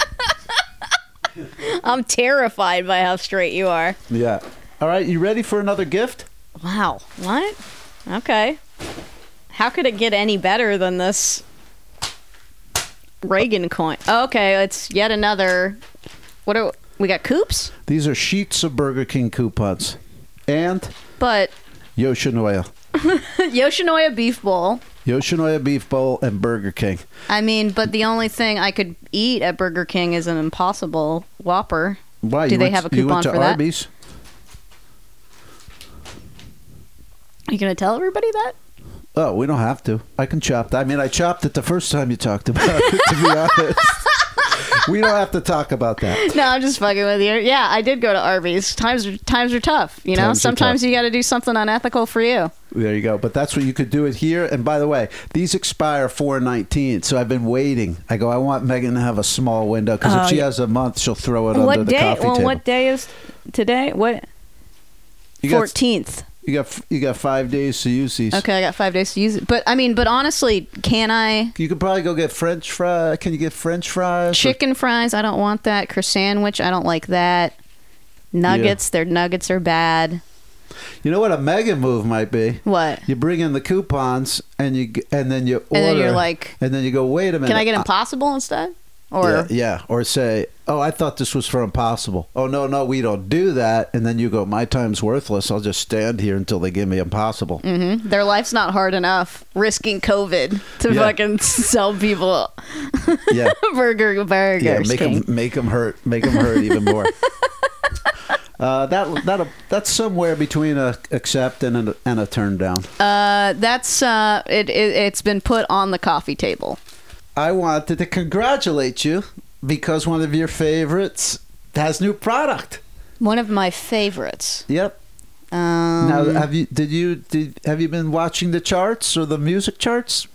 [SPEAKER 1] I'm terrified by how straight you are.
[SPEAKER 2] Yeah. All right, you ready for another gift?
[SPEAKER 1] Wow, what? Okay, how could it get any better than this Reagan coin? Okay, it's yet another. What are we got? Coops,
[SPEAKER 2] These are sheets of Burger King coupons and
[SPEAKER 1] but
[SPEAKER 2] Yoshinoya,
[SPEAKER 1] Yoshinoya beef bowl.
[SPEAKER 2] Yoshinoya beef bowl and Burger King.
[SPEAKER 1] I mean, but the only thing I could eat at Burger King is an Impossible Whopper.
[SPEAKER 2] Why
[SPEAKER 1] Do
[SPEAKER 2] you
[SPEAKER 1] they
[SPEAKER 2] went-
[SPEAKER 1] have a
[SPEAKER 2] you
[SPEAKER 1] coupon
[SPEAKER 2] went to
[SPEAKER 1] for that?
[SPEAKER 2] Arby's?
[SPEAKER 1] Are you gonna tell everybody that?
[SPEAKER 2] Oh, we don't have to. I can chop that. I mean, I chopped it the first time you talked about it, to be honest. we don't have to talk about that.
[SPEAKER 1] No, I'm just fucking with you. Yeah, I did go to Arby's. Times are, times are tough. You know,
[SPEAKER 2] Times are
[SPEAKER 1] sometimes
[SPEAKER 2] tough.
[SPEAKER 1] you got to do something unethical for you.
[SPEAKER 2] There you go. But that's what you could do it here. And by the way, these expire four nineteen. So I've been waiting. I go. I want Megan to have a small window because if she has a month, she'll throw it under
[SPEAKER 5] Oh, What
[SPEAKER 2] the
[SPEAKER 5] day?
[SPEAKER 2] coffee
[SPEAKER 5] Well,
[SPEAKER 2] table.
[SPEAKER 5] what day is today? What
[SPEAKER 2] you got,
[SPEAKER 5] fourteenth?
[SPEAKER 2] you got you got five days to use these.
[SPEAKER 1] Okay, I got five days to use it. But I mean, but honestly, can I
[SPEAKER 2] You could probably go get French fry. Can you get French fries? or-
[SPEAKER 1] chicken fries? I don't want that. Croissant sandwich? I don't like that. Nuggets? Their nuggets are bad.
[SPEAKER 2] you know what a Megan move might be.
[SPEAKER 1] What?
[SPEAKER 2] You bring in the coupons and you g- and then you order
[SPEAKER 1] And then you're like,
[SPEAKER 2] and then you go wait a minute.
[SPEAKER 1] can I get
[SPEAKER 2] I-
[SPEAKER 1] Impossible instead? Or
[SPEAKER 2] yeah, yeah, or say, "Oh, I thought this was for Impossible." Oh no, no, we don't do that. And then you go, "My time's worthless. I'll just stand here until they give me Impossible."
[SPEAKER 1] hmm? their life's not hard enough risking COVID to
[SPEAKER 2] Yeah.
[SPEAKER 1] fucking sell people
[SPEAKER 2] Yeah,
[SPEAKER 1] burger burgers.
[SPEAKER 2] yeah, make
[SPEAKER 1] King.
[SPEAKER 2] them make them hurt, make them hurt even more. Uh, that that that's somewhere between a accept and a, and a turn down.
[SPEAKER 1] Uh, that's uh, it, it. It's been put on the coffee table.
[SPEAKER 2] I wanted to congratulate you because one of your favorites has new product.
[SPEAKER 1] One of my favorites.
[SPEAKER 2] Yep.
[SPEAKER 1] Um,
[SPEAKER 2] now, have you did you did have you been watching the charts or the music charts?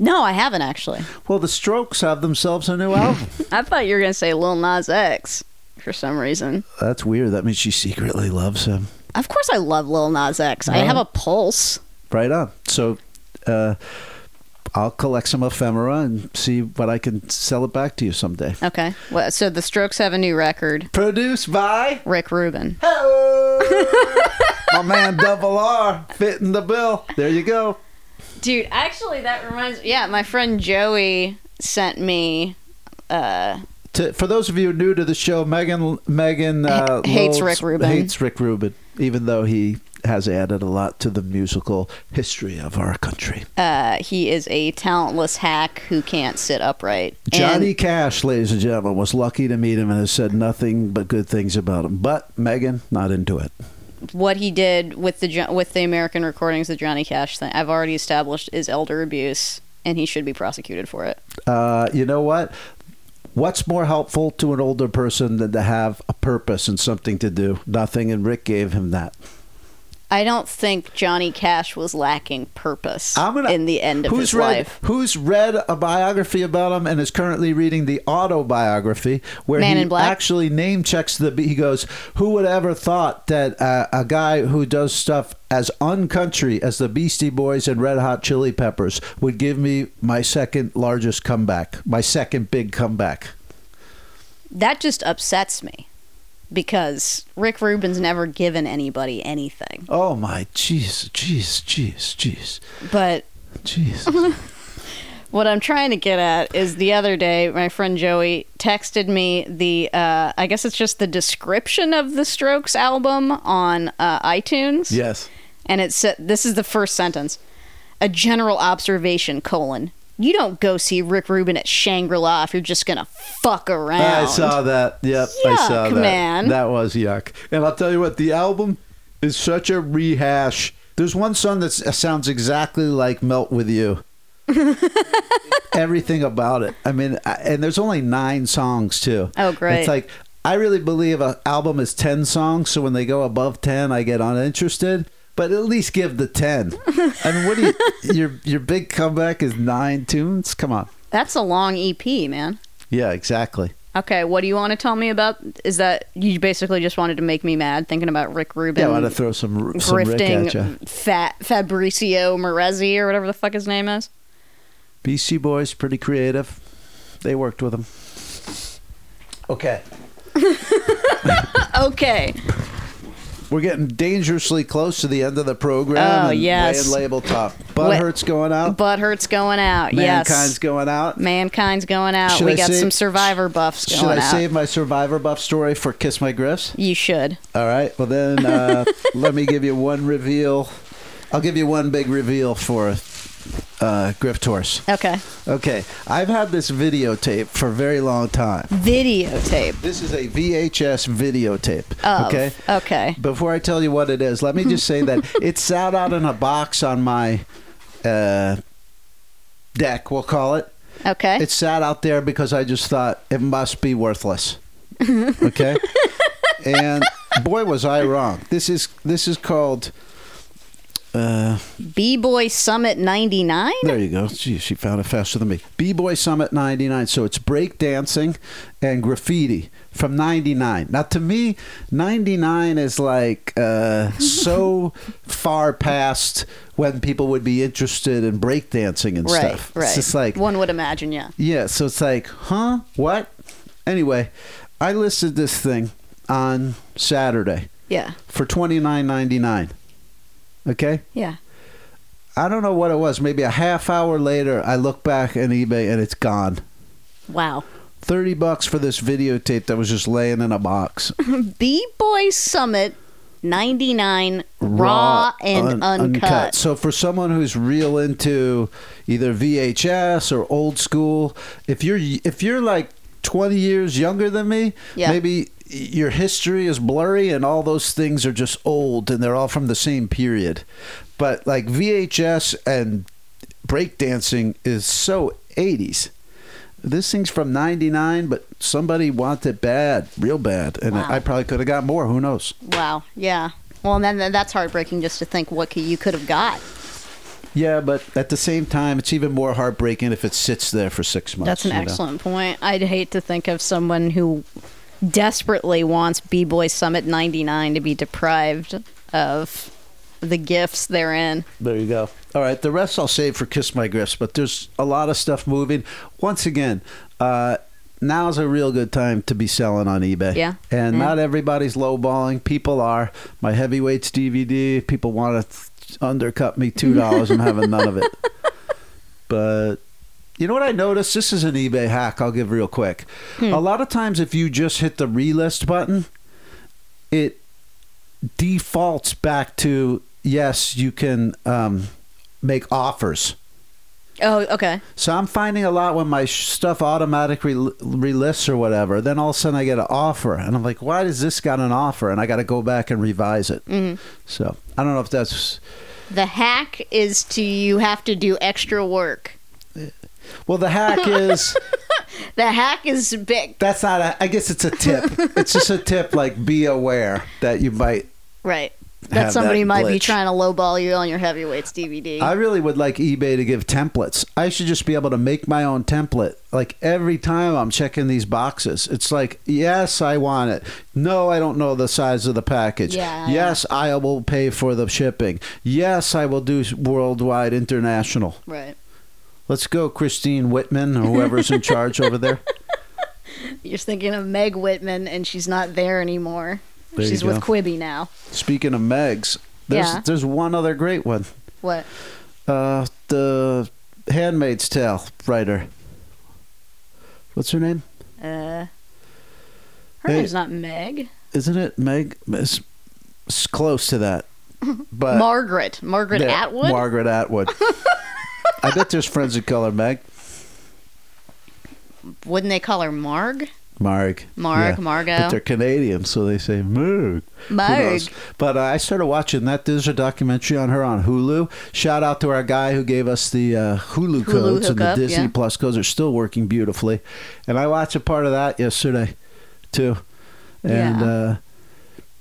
[SPEAKER 1] no, I haven't actually.
[SPEAKER 2] Well, the Strokes have themselves a new album.
[SPEAKER 1] I thought you were gonna say Lil Nas X for some reason.
[SPEAKER 2] That's weird. That means she secretly loves him.
[SPEAKER 1] Of course, I love Lil Nas X. I
[SPEAKER 2] Right.
[SPEAKER 1] have a pulse.
[SPEAKER 2] Right on. So, uh, I'll collect some ephemera and see what I can sell it back to you someday.
[SPEAKER 1] Okay, well, so the Strokes have a new record.
[SPEAKER 2] Produced by
[SPEAKER 1] Rick Rubin.
[SPEAKER 2] my man Double R, fitting the bill. There you go.
[SPEAKER 1] Dude, actually, that reminds. Yeah, my friend Joey sent me. Uh,
[SPEAKER 2] To, for those of you new to the show, Megan Megan uh,
[SPEAKER 1] H- hates
[SPEAKER 2] Lowe
[SPEAKER 1] Rick Rubin.
[SPEAKER 2] Hates Rick Rubin, even though he has added a lot to the musical history of our country.
[SPEAKER 1] uh, he is a talentless hack who can't sit upright. And-
[SPEAKER 2] Johnny Cash, ladies and gentlemen, was lucky to meet him and has said nothing but good things about him. But Megan, not into it.
[SPEAKER 1] what he did with the Jo- with the American recordings, the Johnny Cash thing, I've already established is elder abuse, and he should be prosecuted for it.
[SPEAKER 2] Uh, you know what? What's more helpful to an older person than to have a purpose and something to do? Nothing, and Rick gave him that.
[SPEAKER 1] I don't think Johnny Cash was lacking purpose in the end of
[SPEAKER 2] who's
[SPEAKER 1] his
[SPEAKER 2] read,
[SPEAKER 1] life.
[SPEAKER 2] Who's read a biography about him and is currently reading the autobiography where
[SPEAKER 1] Man
[SPEAKER 2] he
[SPEAKER 1] in Black?
[SPEAKER 2] actually name checks the. He goes, "Who would ever thought that uh, a guy who does stuff as uncountry as the Beastie Boys and Red Hot Chili Peppers would give me my second largest comeback, my second big comeback?"
[SPEAKER 1] That just upsets me because Rick Rubin's never given anybody anything.
[SPEAKER 2] Oh my jeez, jeez, jeez, jeez,
[SPEAKER 1] But
[SPEAKER 2] jeez.
[SPEAKER 1] what I'm trying to get at is the other day, my friend Joey texted me the, uh, I guess it's just the description of the Strokes album on uh, iTunes.
[SPEAKER 2] yes.
[SPEAKER 1] and it said this is the first sentence a general observation colon you don't go see rick rubin at shangri-la if you're just gonna fuck around
[SPEAKER 2] I saw that. Yep, I saw
[SPEAKER 1] Yuck,
[SPEAKER 2] that.
[SPEAKER 1] man.
[SPEAKER 2] That was yuck. And I'll tell you what, the album is such a rehash. There's one song that s- sounds exactly like "Melt with You." Everything about it. I mean, I- and there's only nine songs too.
[SPEAKER 1] Oh, great.
[SPEAKER 2] It's like I really believe an album is ten songs. So when they go above ten, I get uninterested. But at least give the ten. I mean, what do you? Your your big comeback is nine tunes. Come on.
[SPEAKER 1] that's a long ep man
[SPEAKER 2] Yeah, exactly.
[SPEAKER 1] okay what do you want to tell me about is that you basically just wanted to make me mad thinking about rick rubin
[SPEAKER 2] Yeah, I want to throw some some Rick at you.
[SPEAKER 1] grifting fat fabrizio morezzi or whatever the fuck his name is
[SPEAKER 2] BC Boys, pretty creative. They worked with him. Okay.
[SPEAKER 1] okay
[SPEAKER 2] We're getting dangerously close to the end of the program.
[SPEAKER 1] Oh,
[SPEAKER 2] and
[SPEAKER 1] yes.
[SPEAKER 2] Ray and label top. Butthurt's going out.
[SPEAKER 1] Butthurt's going out
[SPEAKER 2] Mankind's
[SPEAKER 1] yes
[SPEAKER 2] going out.
[SPEAKER 1] mankind's going out
[SPEAKER 2] Should
[SPEAKER 1] we
[SPEAKER 2] I
[SPEAKER 1] got
[SPEAKER 2] save-
[SPEAKER 1] some survivor buffs going
[SPEAKER 2] Should I
[SPEAKER 1] out
[SPEAKER 2] save my survivor buff story for Kiss My Griffs?
[SPEAKER 1] you should
[SPEAKER 2] All right. Well, then uh, let me give you one reveal. I'll give you one big reveal for uh, Griff Torse.
[SPEAKER 1] okay
[SPEAKER 2] Okay. I've had this videotape for a very long time.
[SPEAKER 1] videotape
[SPEAKER 2] This is a VHS videotape.
[SPEAKER 1] of.
[SPEAKER 2] Okay.
[SPEAKER 1] Oh, Okay.
[SPEAKER 2] Before I tell you what it is, let me just say that it sat out in a box on my uh, deck, we'll call it.
[SPEAKER 1] Okay.
[SPEAKER 2] It sat out there because I just thought it must be worthless. Okay. and boy, was I wrong. This is this is called. Uh,
[SPEAKER 1] B Boy Summit 99?
[SPEAKER 2] there you go. Gee, she found it faster than me. B Boy Summit 99. So it's break dancing and graffiti from 99. Now, to me, 99 is like uh, so far past when people would be interested in break dancing and
[SPEAKER 1] Right,
[SPEAKER 2] stuff.
[SPEAKER 1] right.
[SPEAKER 2] It's just like,
[SPEAKER 1] One would imagine, yeah.
[SPEAKER 2] yeah, so it's like, huh? What? Anyway, I listed this thing on Saturday
[SPEAKER 1] Yeah.
[SPEAKER 2] for twenty nine ninety nine. Okay?
[SPEAKER 1] Yeah.
[SPEAKER 2] I don't know what it was. Maybe a half hour later I look back on eBay and it's gone.
[SPEAKER 1] Wow.
[SPEAKER 2] Thirty bucks for this videotape that was just laying in a box.
[SPEAKER 1] B Boy Summit 99 raw, and
[SPEAKER 2] un-
[SPEAKER 1] uncut.
[SPEAKER 2] So for someone who's real into either VHS or old school, if you're if you're like 20 years younger than me,
[SPEAKER 1] Yeah.
[SPEAKER 2] maybe your history is blurry and all those things are just old and they're all from the same period. But like VHS and breakdancing is so 80s. This thing's from 99, but somebody wants it bad, real bad. And
[SPEAKER 1] Wow.
[SPEAKER 2] I probably could have got more. Who knows?
[SPEAKER 1] Wow. Yeah. Well, and then- then that's heartbreaking just to think what could, you could have got.
[SPEAKER 2] Yeah, but at the same time, it's even more heartbreaking if it sits there for six months.
[SPEAKER 1] That's an
[SPEAKER 2] you know?
[SPEAKER 1] excellent point. I'd hate to think of someone who desperately wants B Boy Summit 99 to be deprived of the gifts therein.
[SPEAKER 2] There you go. All right, the rest I'll save for Kiss My Grips, but there's a lot of stuff moving. Once again, uh, now's a real good time to be selling on eBay.
[SPEAKER 1] Yeah.
[SPEAKER 2] And not everybody's lowballing. People are. My heavyweights DVD, people want to th- undercut me $2. I'm having none of it. But you know what I noticed? This is an eBay hack I'll give real quick.
[SPEAKER 1] Hmm.
[SPEAKER 2] A lot of times, if you just hit the relist button, it defaults back to yes, you can um, make offers.
[SPEAKER 1] Oh, okay.
[SPEAKER 2] So I'm finding a lot when my sh- stuff automatically re- relists or whatever. Then all of a sudden I get an offer, and I'm like, "Why does this got an offer?" And I got to go back and revise it.
[SPEAKER 1] Mm-hmm.
[SPEAKER 2] So I don't know if that's
[SPEAKER 1] The hack is to you have to do extra work.
[SPEAKER 2] well. The hack is.
[SPEAKER 1] The hack is big,
[SPEAKER 2] that's not a, I guess it's a tip. it's just a tip like be aware that you might
[SPEAKER 1] right?
[SPEAKER 2] Have
[SPEAKER 1] That
[SPEAKER 2] that
[SPEAKER 1] somebody might be
[SPEAKER 2] glitch.
[SPEAKER 1] trying to lowball you on your heavyweights DVD.
[SPEAKER 2] I really would like eBay to give templates. I should just be able to make my own template. Like every time I'm checking these boxes, it's like, yes, I want it. No, I don't know the size of the package.
[SPEAKER 1] Yeah,
[SPEAKER 2] yes, I will pay for the shipping. Yes, I will do worldwide international.
[SPEAKER 1] right.
[SPEAKER 2] Let's go, Christine Whitman, or whoever's in charge over there.
[SPEAKER 1] You're thinking of Meg Whitman, and she's not there anymore.
[SPEAKER 2] There you
[SPEAKER 1] she's with
[SPEAKER 2] go.
[SPEAKER 1] Quibi now.
[SPEAKER 2] Speaking of Megs, there's,
[SPEAKER 1] Yeah.
[SPEAKER 2] there's one other great one.
[SPEAKER 1] What?
[SPEAKER 2] Uh, the Handmaid's Tale writer. What's her name?
[SPEAKER 1] Uh, her
[SPEAKER 2] Hey.
[SPEAKER 1] name's not Meg.
[SPEAKER 2] isn't it Meg? It's, it's close to that, but
[SPEAKER 1] Margaret. Margaret
[SPEAKER 2] Yeah,
[SPEAKER 1] Atwood.
[SPEAKER 2] Margaret Atwood. I bet there's friends of color, Meg.
[SPEAKER 1] Wouldn't they call her Marg?
[SPEAKER 2] Marg.
[SPEAKER 1] Marg,
[SPEAKER 2] But
[SPEAKER 1] Margot.
[SPEAKER 2] they're Canadian, so they say Moog.
[SPEAKER 1] Marg.
[SPEAKER 2] But uh, I started watching that. There's a documentary on her on Hulu. Shout out to our guy who gave us the uh, Hulu, codes and the
[SPEAKER 1] hookup,
[SPEAKER 2] Disney
[SPEAKER 1] yeah.
[SPEAKER 2] Plus codes are still working beautifully. And I watched a part of that yesterday, too. And
[SPEAKER 1] Yeah.
[SPEAKER 2] uh,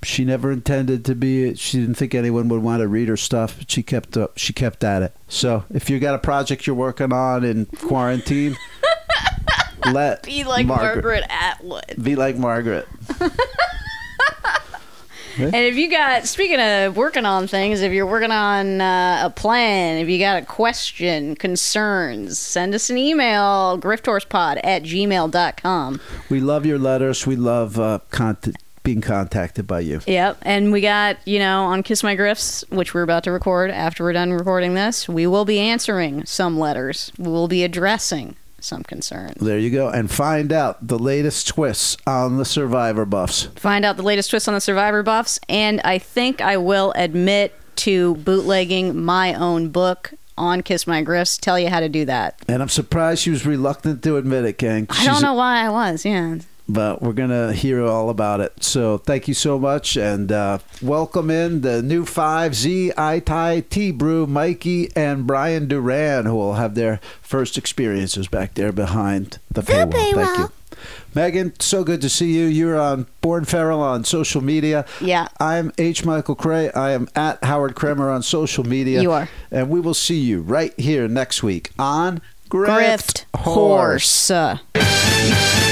[SPEAKER 2] she never intended to be. She didn't think anyone would want to read her stuff. But she kept up. She kept at it. So if you got a project you're working on in quarantine, let
[SPEAKER 1] Be like Margaret Atwood.
[SPEAKER 2] be like Margaret.
[SPEAKER 1] And if you got, speaking of working on things, if you're working on uh, a plan, if you got a question, concerns, send us an email, grifthorspod at gmail.com.
[SPEAKER 2] We love your letters. We love uh, cont- being contacted by you.
[SPEAKER 1] Yep. And we got, you know, on Kiss My Grifts, which we're about to record after we're done recording this, we will be answering some letters. We will be addressing some concerns.
[SPEAKER 2] There you go. And find out the latest twists on the Survivor buffs.
[SPEAKER 1] Find out the latest twist on the Survivor buffs. And I think I will admit to bootlegging my own book on Kiss My Grifts, tell you how to do that.
[SPEAKER 2] And I'm surprised she was reluctant to admit it, gang.
[SPEAKER 1] I don't know why I was. Yeah.
[SPEAKER 2] but we're gonna hear all about it. So thank you so much, and uh, welcome in the new five Z Itai Tea Brew, Mikey and Brian Duran, who will have their first experiences back there behind the paywall. Thank you, Megan. So good to see you. You're on Born Feral on social media.
[SPEAKER 1] Yeah.
[SPEAKER 2] I'm H Michael Cray. I am at Howard Kremer on social media.
[SPEAKER 1] You are.
[SPEAKER 2] and we will see you right here next week on Grift,
[SPEAKER 1] Grift horse. Uh,
[SPEAKER 4] Now